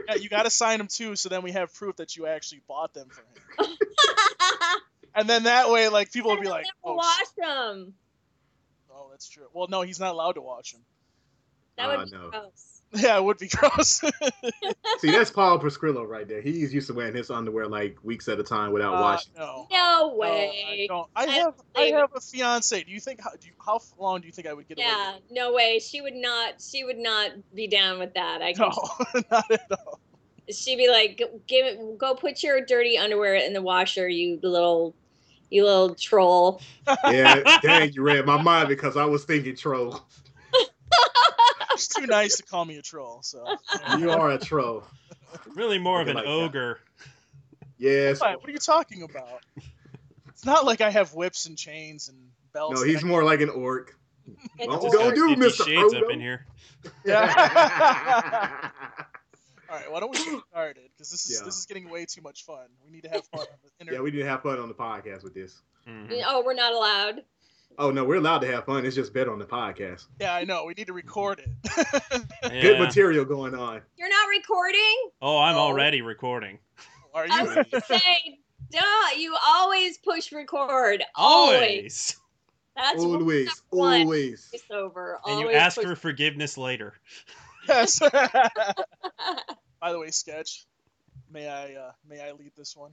Speaker 2: Yeah, you gotta sign them too, so then we have proof that you actually bought them for him. And then that way, like people will be like,
Speaker 1: I'll
Speaker 2: oh,
Speaker 1: wash
Speaker 2: sh-
Speaker 1: them.
Speaker 2: oh, that's true. Well, no, he's not allowed to watch them.
Speaker 1: That would
Speaker 3: Ah,
Speaker 1: be
Speaker 3: no.
Speaker 1: gross.
Speaker 2: Yeah, it would be gross.
Speaker 3: See, that's Paul Priscillo right there. He's used to wearing his underwear like weeks at a time without
Speaker 2: Uh,
Speaker 3: washing.
Speaker 2: no.
Speaker 1: No
Speaker 2: No,
Speaker 1: way.
Speaker 2: I don't. I
Speaker 1: I
Speaker 2: have I
Speaker 1: believe it.
Speaker 2: have a fiance. Do you think how do you, how long do you think I would get
Speaker 1: Yeah,
Speaker 2: away?
Speaker 1: no way. She would not. She would not be down with that. I
Speaker 2: With it?
Speaker 1: can,
Speaker 2: No, not at all.
Speaker 1: she'd be like, "Go- "Give it, go put your dirty underwear in the washer, you little, you little troll."
Speaker 3: Yeah, dang, you read my mind because I was thinking troll.
Speaker 2: She's too nice to call me a troll. So
Speaker 3: You are a troll.
Speaker 4: really more of an
Speaker 3: Looking like that.
Speaker 4: ogre.
Speaker 3: Yes.
Speaker 2: what? What are you talking about? It's not like I have whips and chains and belts.
Speaker 3: No, he's more like an orc.
Speaker 1: It's
Speaker 3: Don't,
Speaker 1: just-
Speaker 3: don't do
Speaker 4: Fifty
Speaker 3: Mr.
Speaker 4: shades up
Speaker 3: Frodo.
Speaker 4: in here.
Speaker 2: Yeah. All right, why don't we get started? Because this is
Speaker 3: Yeah.
Speaker 2: this is getting way too much fun. We need to have fun. On the
Speaker 3: Yeah, we didn't have fun on the podcast with this.
Speaker 4: Mhm.
Speaker 1: Oh, we're not allowed.
Speaker 3: Oh no, we're allowed to have fun. It's just better on the podcast.
Speaker 2: yeah, I know. We need to record it.
Speaker 3: Good
Speaker 4: Yeah.
Speaker 3: material going on.
Speaker 1: You're not recording?
Speaker 4: Oh, I'm
Speaker 1: Oh.
Speaker 4: already recording.
Speaker 2: Are
Speaker 1: I
Speaker 2: you?
Speaker 1: was gonna say, duh, you always push record. Always.
Speaker 4: Always.
Speaker 1: That's always.
Speaker 3: Always,
Speaker 1: one.
Speaker 3: always.
Speaker 1: over.
Speaker 4: And
Speaker 1: Always
Speaker 4: you ask
Speaker 1: push-
Speaker 4: for forgiveness later.
Speaker 2: Yes. By the way, sketch. May I uh, may I lead this one?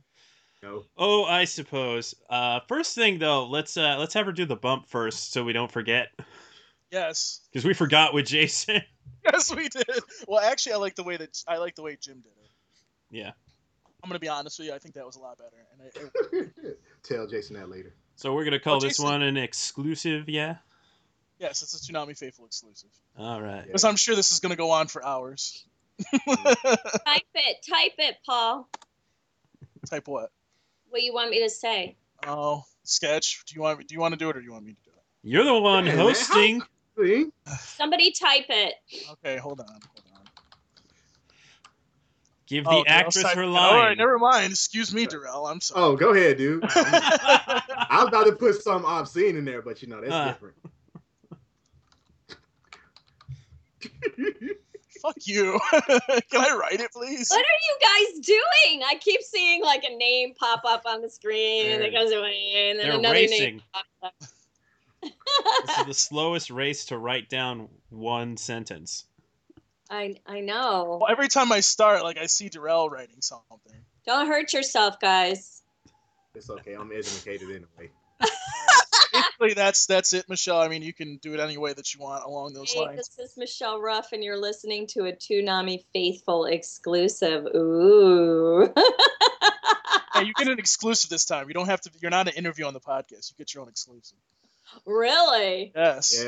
Speaker 3: No.
Speaker 4: Oh, I suppose. Uh, first thing though, let's uh, let's have her do the bump first, so we don't forget,
Speaker 2: Yes.
Speaker 4: because we forgot with Jason.
Speaker 2: Yes, we did. Well, actually, I like the way that I like the way Jim did it.
Speaker 4: yeah.
Speaker 2: I'm gonna be honest with you. I think that was a lot better. And I, I-
Speaker 3: Tell Jason that later.
Speaker 4: So we're gonna call
Speaker 2: Oh,
Speaker 4: this
Speaker 2: Jason.
Speaker 4: one an exclusive. Yeah.
Speaker 2: yes, it's a Tsunami Faithful exclusive.
Speaker 4: All right.
Speaker 2: Because I'm sure this is gonna go on for hours.
Speaker 1: Type it. Type it, Paul.
Speaker 2: Type what?
Speaker 1: What you want me to say?
Speaker 2: Oh, sketch. Do you want do you want to do it or do you want me to do it?
Speaker 4: You're the one
Speaker 3: Hey, man, how-
Speaker 4: hosting.
Speaker 3: See?
Speaker 1: Somebody type it.
Speaker 2: Okay, hold on. Hold on.
Speaker 4: Give the
Speaker 2: Oh, Darrell
Speaker 4: actress
Speaker 2: typed
Speaker 4: her
Speaker 2: it.
Speaker 4: line.
Speaker 2: All right, never mind. Excuse me, Darrell. I'm sorry.
Speaker 3: Oh, go ahead, dude. I was about to put some obscene in there, but you know that's
Speaker 4: Uh.
Speaker 3: different.
Speaker 2: Fuck you. Can I write it, please?
Speaker 1: What are you guys doing? I keep seeing like a name pop up on the screen, and it
Speaker 4: They're-
Speaker 1: goes away, and then
Speaker 4: They're
Speaker 1: another
Speaker 4: racing.
Speaker 1: name.
Speaker 4: this is the slowest race to write down one sentence.
Speaker 1: I I know.
Speaker 2: Well, every time I start, like I see Darrell writing something.
Speaker 1: Don't hurt yourself, guys.
Speaker 3: it's okay. I'm educated anyway.
Speaker 2: Basically, that's that's it, Michelle. I mean, you can do it any way that you want along those
Speaker 1: Hey,
Speaker 2: lines.
Speaker 1: this is Michelle Ruff, and you're listening to a Toonami Faithful exclusive. Ooh.
Speaker 2: Hey, you get an exclusive this time. You don't have to. You're not an interview on the podcast. You get your own exclusive.
Speaker 1: really?
Speaker 2: Yes.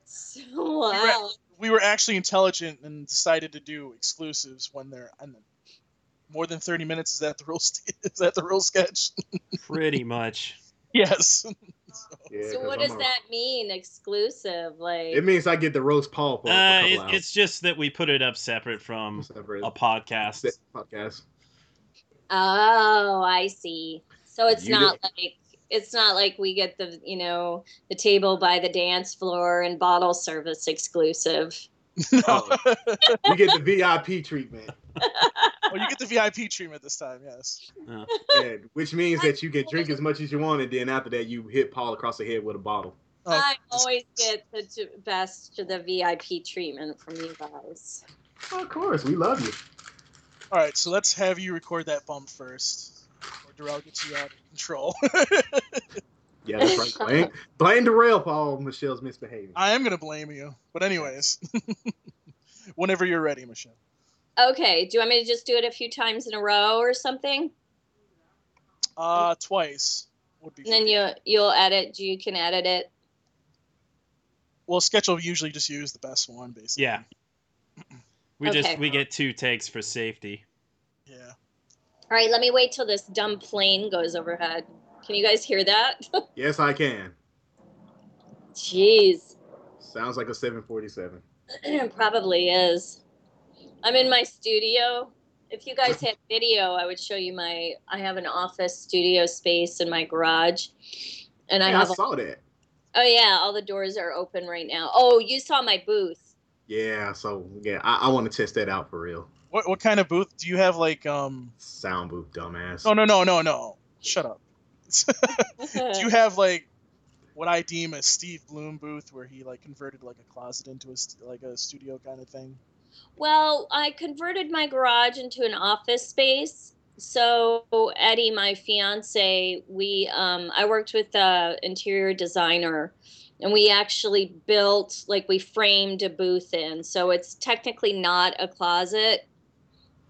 Speaker 3: Yes.
Speaker 1: Wow.
Speaker 2: We were actually intelligent and decided to do exclusives when they're on more than 30 minutes. Is that the real? st- Is that the real sketch?
Speaker 4: Pretty much.
Speaker 2: yes.
Speaker 3: Yeah,
Speaker 1: so
Speaker 3: 'cause
Speaker 1: what
Speaker 3: I'm
Speaker 1: does
Speaker 3: a-
Speaker 1: that mean? Exclusive, like
Speaker 3: It means I get the roast Paul for
Speaker 4: Uh,
Speaker 3: a
Speaker 4: it,
Speaker 3: couple
Speaker 4: it's just that we put it up separate from
Speaker 3: hours. Separate
Speaker 4: a podcast.
Speaker 3: podcast.
Speaker 1: oh, I see. So it's
Speaker 3: You
Speaker 1: not like it's not like we get the you know the table by the dance floor and bottle service exclusive.
Speaker 3: Oh. you get the VIP treatment,
Speaker 2: Oh, you get the VIP treatment this time. Yes.
Speaker 3: and, which means that you can drink as much as you want, and then after that, you hit Paul across the head with a bottle.
Speaker 2: Oh,
Speaker 1: I always get the t- best the VIP treatment from you guys.
Speaker 3: Of course, we love you.
Speaker 2: All right. So let's have you record that bump first, or Darrell gets you out of control.
Speaker 3: Yeah, that's right. Blame, blame Darrell for all Michelle's misbehavior.
Speaker 2: I am gonna blame you. But anyways, whenever you're ready, Michelle.
Speaker 1: Okay, do you want me to just do it a few times in a row or something?
Speaker 2: Uh, twice would be.
Speaker 1: And then you you'll edit. You can edit it.
Speaker 2: Well, sketch will usually just use the best one, basically.
Speaker 4: Yeah. We
Speaker 1: Okay.
Speaker 4: just we get two takes for safety.
Speaker 2: Yeah.
Speaker 1: All right, let me wait till this dumb plane goes overhead. Can you guys hear that?
Speaker 3: Yes, I can.
Speaker 1: Jeez,
Speaker 3: Sounds like a 747.
Speaker 1: probably is. I'm in my studio. If you guys had video, I would show you my. I have an office studio space in my garage, and I
Speaker 3: Yeah,
Speaker 1: have.
Speaker 3: I saw that.
Speaker 1: oh yeah, all the doors are open right now. Oh, you saw my booth.
Speaker 3: Yeah, so yeah, I, I want to test that out for real.
Speaker 2: What what kind of booth do you have? Like um.
Speaker 3: Sound booth, dumbass.
Speaker 2: No
Speaker 4: Oh,
Speaker 2: no no no no. Shut up. Do you have like what I deem a Steve Bloom booth, where he like converted like a closet into a st- like a studio kind of thing?
Speaker 1: Well, I converted my garage into an office space. So Eddie, my fiance, we um, I worked with a interior designer, and we actually built like we framed a booth in. So it's technically not a closet.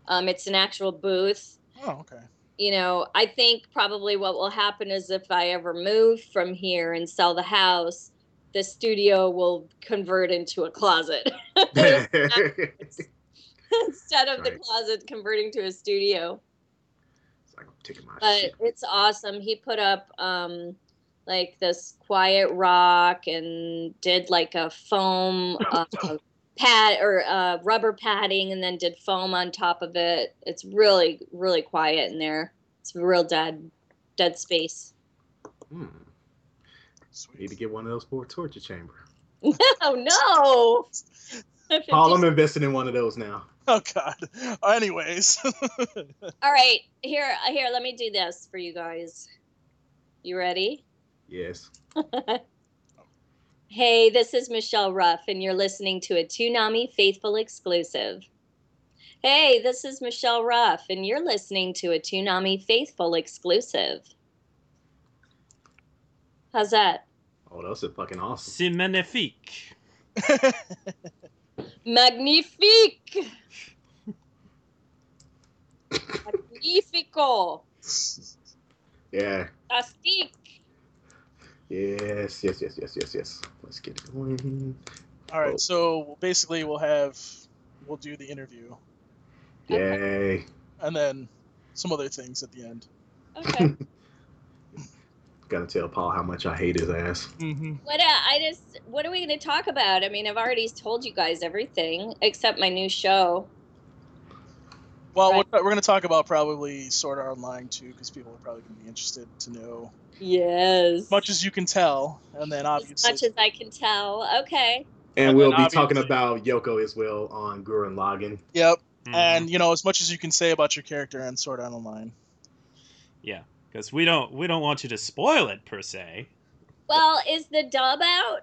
Speaker 1: Um, it's an actual booth.
Speaker 2: Oh okay.
Speaker 1: You know, I think probably what will happen is if I ever move from here and sell the house, the studio will convert into a closet.
Speaker 3: it's
Speaker 1: instead of the
Speaker 3: Right.
Speaker 1: closet converting to a studio.
Speaker 3: like I'm taking my
Speaker 1: But
Speaker 3: shit.
Speaker 1: it's awesome. He put up um like this quiet rock and did like a foam uh, pad or uh, rubber padding and then did foam on top of it. It's really, really quiet in there. It's real dead, dead space.
Speaker 3: Hmm. Need to
Speaker 2: Sweet.
Speaker 3: get one of those for a torture chamber.
Speaker 1: oh no!
Speaker 3: Paul, I'm investing in one of those now.
Speaker 2: Oh God. Anyways,
Speaker 1: All right, here, here. Let me do this for you guys. You ready?
Speaker 3: Yes.
Speaker 1: Hey, this is Michelle Ruff, and you're listening to a Toonami Faithful exclusive. Hey, this is Michelle Ruff, and you're listening to a Toonami Faithful exclusive. How's that?
Speaker 3: Oh, those are fucking awesome.
Speaker 4: C'est magnifique.
Speaker 1: Magnifique! Magnifico!
Speaker 3: Yeah.
Speaker 1: Fantastique!
Speaker 3: Yes, yes, yes, yes, yes, yes. Let's get it going.
Speaker 2: all right. So basically, we'll have we'll do the interview
Speaker 3: Yay.
Speaker 2: and then some other things at the end.
Speaker 1: Okay.
Speaker 3: Gotta tell Paul how much I hate his ass.
Speaker 2: Mm-hmm.
Speaker 1: What uh, I just what are we going to talk about? I mean, I've already told you guys everything except my new show.
Speaker 2: Well, we're, we're going to talk about probably Sword Art Online too, because people are probably going to be interested to know
Speaker 1: Yes.
Speaker 2: as much as you can tell, and then
Speaker 1: as
Speaker 2: obviously
Speaker 1: much as I can tell. Okay.
Speaker 3: And,
Speaker 2: And
Speaker 3: we'll be
Speaker 2: then
Speaker 3: talking
Speaker 2: obviously-
Speaker 3: about Yoko as well on Gurren Lagann.
Speaker 2: Yep.
Speaker 4: Mhm.
Speaker 2: And you know, as much as you can say about your character and Sword Art Online.
Speaker 4: yeah, because we don't we don't want you to spoil it per se.
Speaker 1: Well, is the dub out?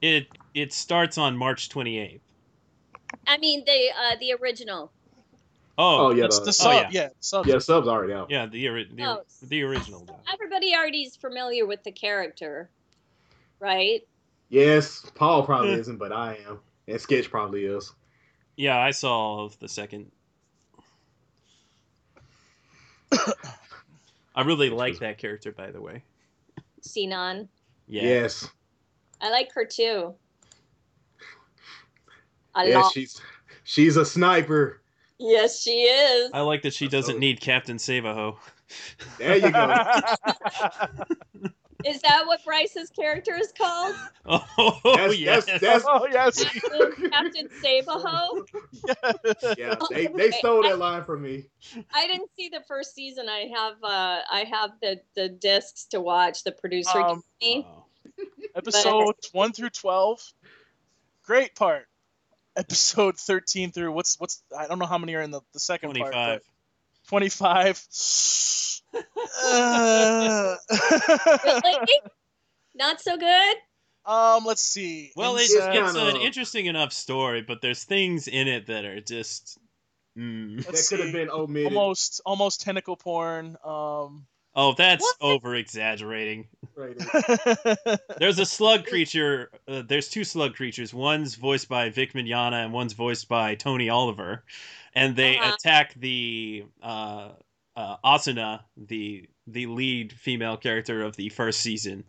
Speaker 4: It it starts on March 28th.
Speaker 1: I mean the uh, the original.
Speaker 4: Oh,
Speaker 3: Oh, yeah,
Speaker 2: That's
Speaker 3: the,
Speaker 2: the sub,
Speaker 4: yeah.
Speaker 2: yeah. sub.
Speaker 3: yeah, the sub's already out.
Speaker 4: yeah, the ori- the,
Speaker 1: Oh.
Speaker 4: the original.
Speaker 1: So
Speaker 4: Though.
Speaker 1: everybody already is familiar with the character, right?
Speaker 3: Yes, Paul probably
Speaker 2: Hmm.
Speaker 4: Yeah.
Speaker 3: isn't, but I am. And Sketch probably is.
Speaker 4: Yeah, I saw the second. I really like that character, by the way.
Speaker 1: Sinon.
Speaker 4: Yeah,
Speaker 3: Yes.
Speaker 1: I like her too. A
Speaker 3: Yeah,
Speaker 1: lot.
Speaker 3: she's she's a sniper.
Speaker 1: yes, she is.
Speaker 4: I like that she doesn't need Captain Savaho.
Speaker 3: There you go.
Speaker 1: Is that what Bryce's character is called?
Speaker 4: Oh,
Speaker 3: That's-
Speaker 4: yes.
Speaker 3: that's-
Speaker 2: oh yes.
Speaker 1: Captain, Captain Sabaho?
Speaker 3: yeah, they, they stole that line from me.
Speaker 1: I didn't see the first season. I have uh, I have the the discs to watch. The producer
Speaker 2: Um,
Speaker 1: gave me.
Speaker 4: Oh.
Speaker 2: Episodes one through twelve, great part. Episode thirteen through what's what's I don't know how many are in the, the second part.
Speaker 4: 25.
Speaker 2: Twenty five.
Speaker 1: Really? Not so good.
Speaker 2: um, let's see.
Speaker 4: Well, it's,
Speaker 3: It's
Speaker 2: Inside-
Speaker 4: it's an
Speaker 3: kinda-
Speaker 4: interesting enough story, but there's things in it that are just. Mm.
Speaker 2: Let's
Speaker 3: that could
Speaker 2: see.
Speaker 3: have been omitted.
Speaker 2: almost almost tentacle porn. Um,
Speaker 4: Oh, that's
Speaker 1: What?
Speaker 4: over exaggerating.
Speaker 3: Right.
Speaker 4: There's a slug creature. Uh, there's two slug creatures. One's voiced by Vic Mignogna and one's voiced by Tony Oliver, and they
Speaker 1: Uh-huh.
Speaker 4: attack the uh, uh, Asuna, the the lead female character of the first season,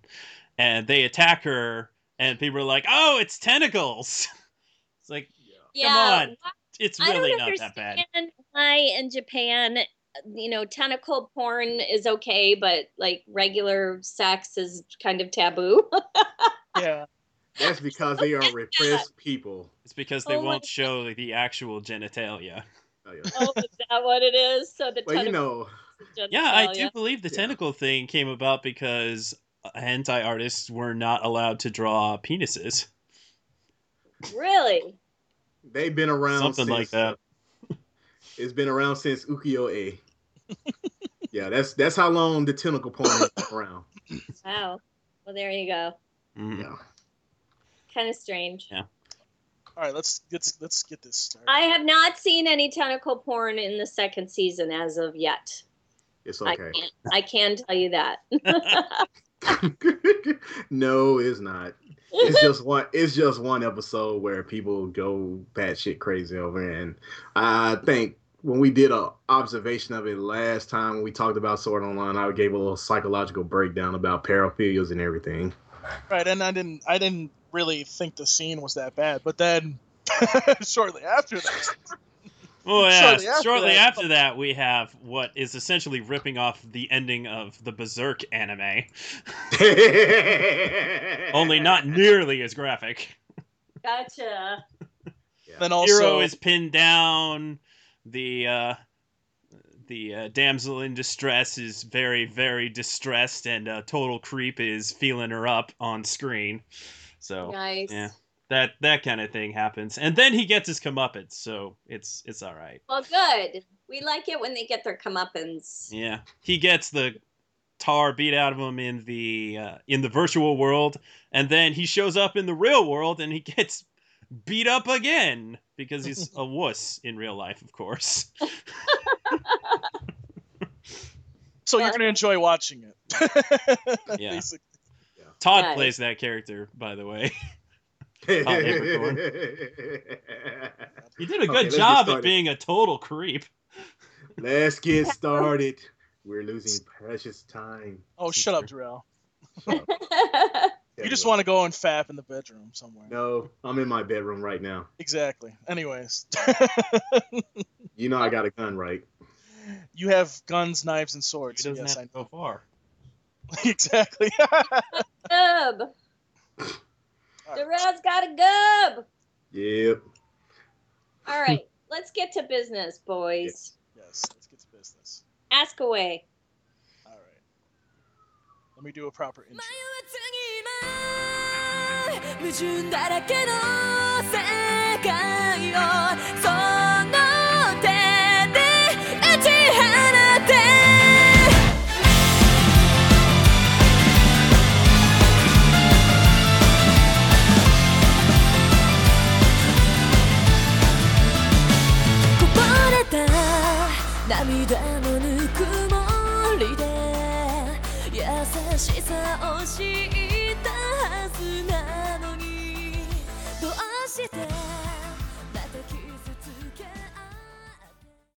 Speaker 4: and they attack her. And people are like, "Oh, it's tentacles." It's like
Speaker 1: Yeah.
Speaker 4: on. it's
Speaker 1: I don't
Speaker 4: really not
Speaker 1: understand
Speaker 4: that bad.
Speaker 1: why in Japan, you know, tentacle porn is okay, but like regular sex is kind of taboo.
Speaker 2: yeah.
Speaker 3: That's because they are repressed people.
Speaker 4: It's because they
Speaker 1: Oh my
Speaker 4: won't
Speaker 1: God.
Speaker 4: show the actual genitalia.
Speaker 3: Oh, yeah.
Speaker 1: oh, is that what it is? So the
Speaker 3: Well, you
Speaker 1: tentacle
Speaker 3: know,
Speaker 1: is
Speaker 4: Yeah, I
Speaker 1: genitalia.
Speaker 4: do believe the
Speaker 3: Yeah.
Speaker 4: tentacle thing came about because uh, hentai artists were not allowed to draw penises.
Speaker 1: Really?
Speaker 3: they've been around
Speaker 4: Something
Speaker 3: since,
Speaker 4: like that.
Speaker 3: It's been around since Ukiyo-e. yeah, that's that's how long the tentacle porn has been around.
Speaker 1: Wow. Well, there you go.
Speaker 4: Mm.
Speaker 3: Yeah.
Speaker 1: Kind of strange.
Speaker 2: All right, let's let's let's get this started.
Speaker 1: I have not seen any tentacle porn in the second season as of yet.
Speaker 3: It's
Speaker 1: I
Speaker 3: okay.
Speaker 1: can't. I can tell you that.
Speaker 3: no, it's not. It's just one. It's just one episode where people go batshit crazy over, it. and I think when we did a observation of it last time, we talked about Sword Online. I gave a little psychological breakdown about paraphilias and everything.
Speaker 2: Right, and I didn't I didn't really think the scene was that bad, but then shortly after that,
Speaker 4: Oh yeah.
Speaker 2: Shortly after
Speaker 4: Shortly
Speaker 2: that-
Speaker 4: after that, we have what is essentially ripping off the ending of the Berserk anime, only not nearly as graphic.
Speaker 1: gotcha.
Speaker 3: Yeah.
Speaker 2: Then also,
Speaker 4: Hero is pinned down. The uh, the uh, damsel in distress is very, very distressed, and uh, total creep is feeling her up on screen. So
Speaker 1: nice.
Speaker 4: yeah. that that kind of thing happens, and then he gets his comeuppance, so it's it's all right.
Speaker 1: Well, good. We like it when they get their comeuppance.
Speaker 4: Yeah, he gets the tar beat out of him in the uh, in the virtual world, and then he shows up in the real world and he gets beat up again because he's a wuss in real life, of course.
Speaker 2: so you're gonna enjoy watching it.
Speaker 4: Yeah.
Speaker 2: Basically.
Speaker 4: Todd
Speaker 1: Nice.
Speaker 4: plays that character, by the way. He did a
Speaker 3: Okay,
Speaker 4: good
Speaker 3: let's get
Speaker 4: job at
Speaker 3: started.
Speaker 4: being a total creep.
Speaker 3: Let's get started. We're losing precious time.
Speaker 2: Oh, shut up, Darrell. You just
Speaker 3: Everyone.
Speaker 2: want to go and fap in the bedroom somewhere.
Speaker 3: No, I'm in my bedroom right now.
Speaker 2: Exactly. Anyways,
Speaker 3: You know I got a gun, right?
Speaker 2: you have guns, knives, and swords.
Speaker 4: he doesn't
Speaker 2: yes,
Speaker 4: have to go far.
Speaker 2: I know. exactly.
Speaker 1: Gub. Darrell's got a gub.
Speaker 3: Yep.
Speaker 1: All right, let's get to business, boys.
Speaker 2: Yes, let's get to business.
Speaker 1: Ask away.
Speaker 2: All right. Let me do a proper intro.
Speaker 5: 矛盾だらけの世界をその手で打ち放てこぼれた涙のぬくもりで優しさを知ったはずな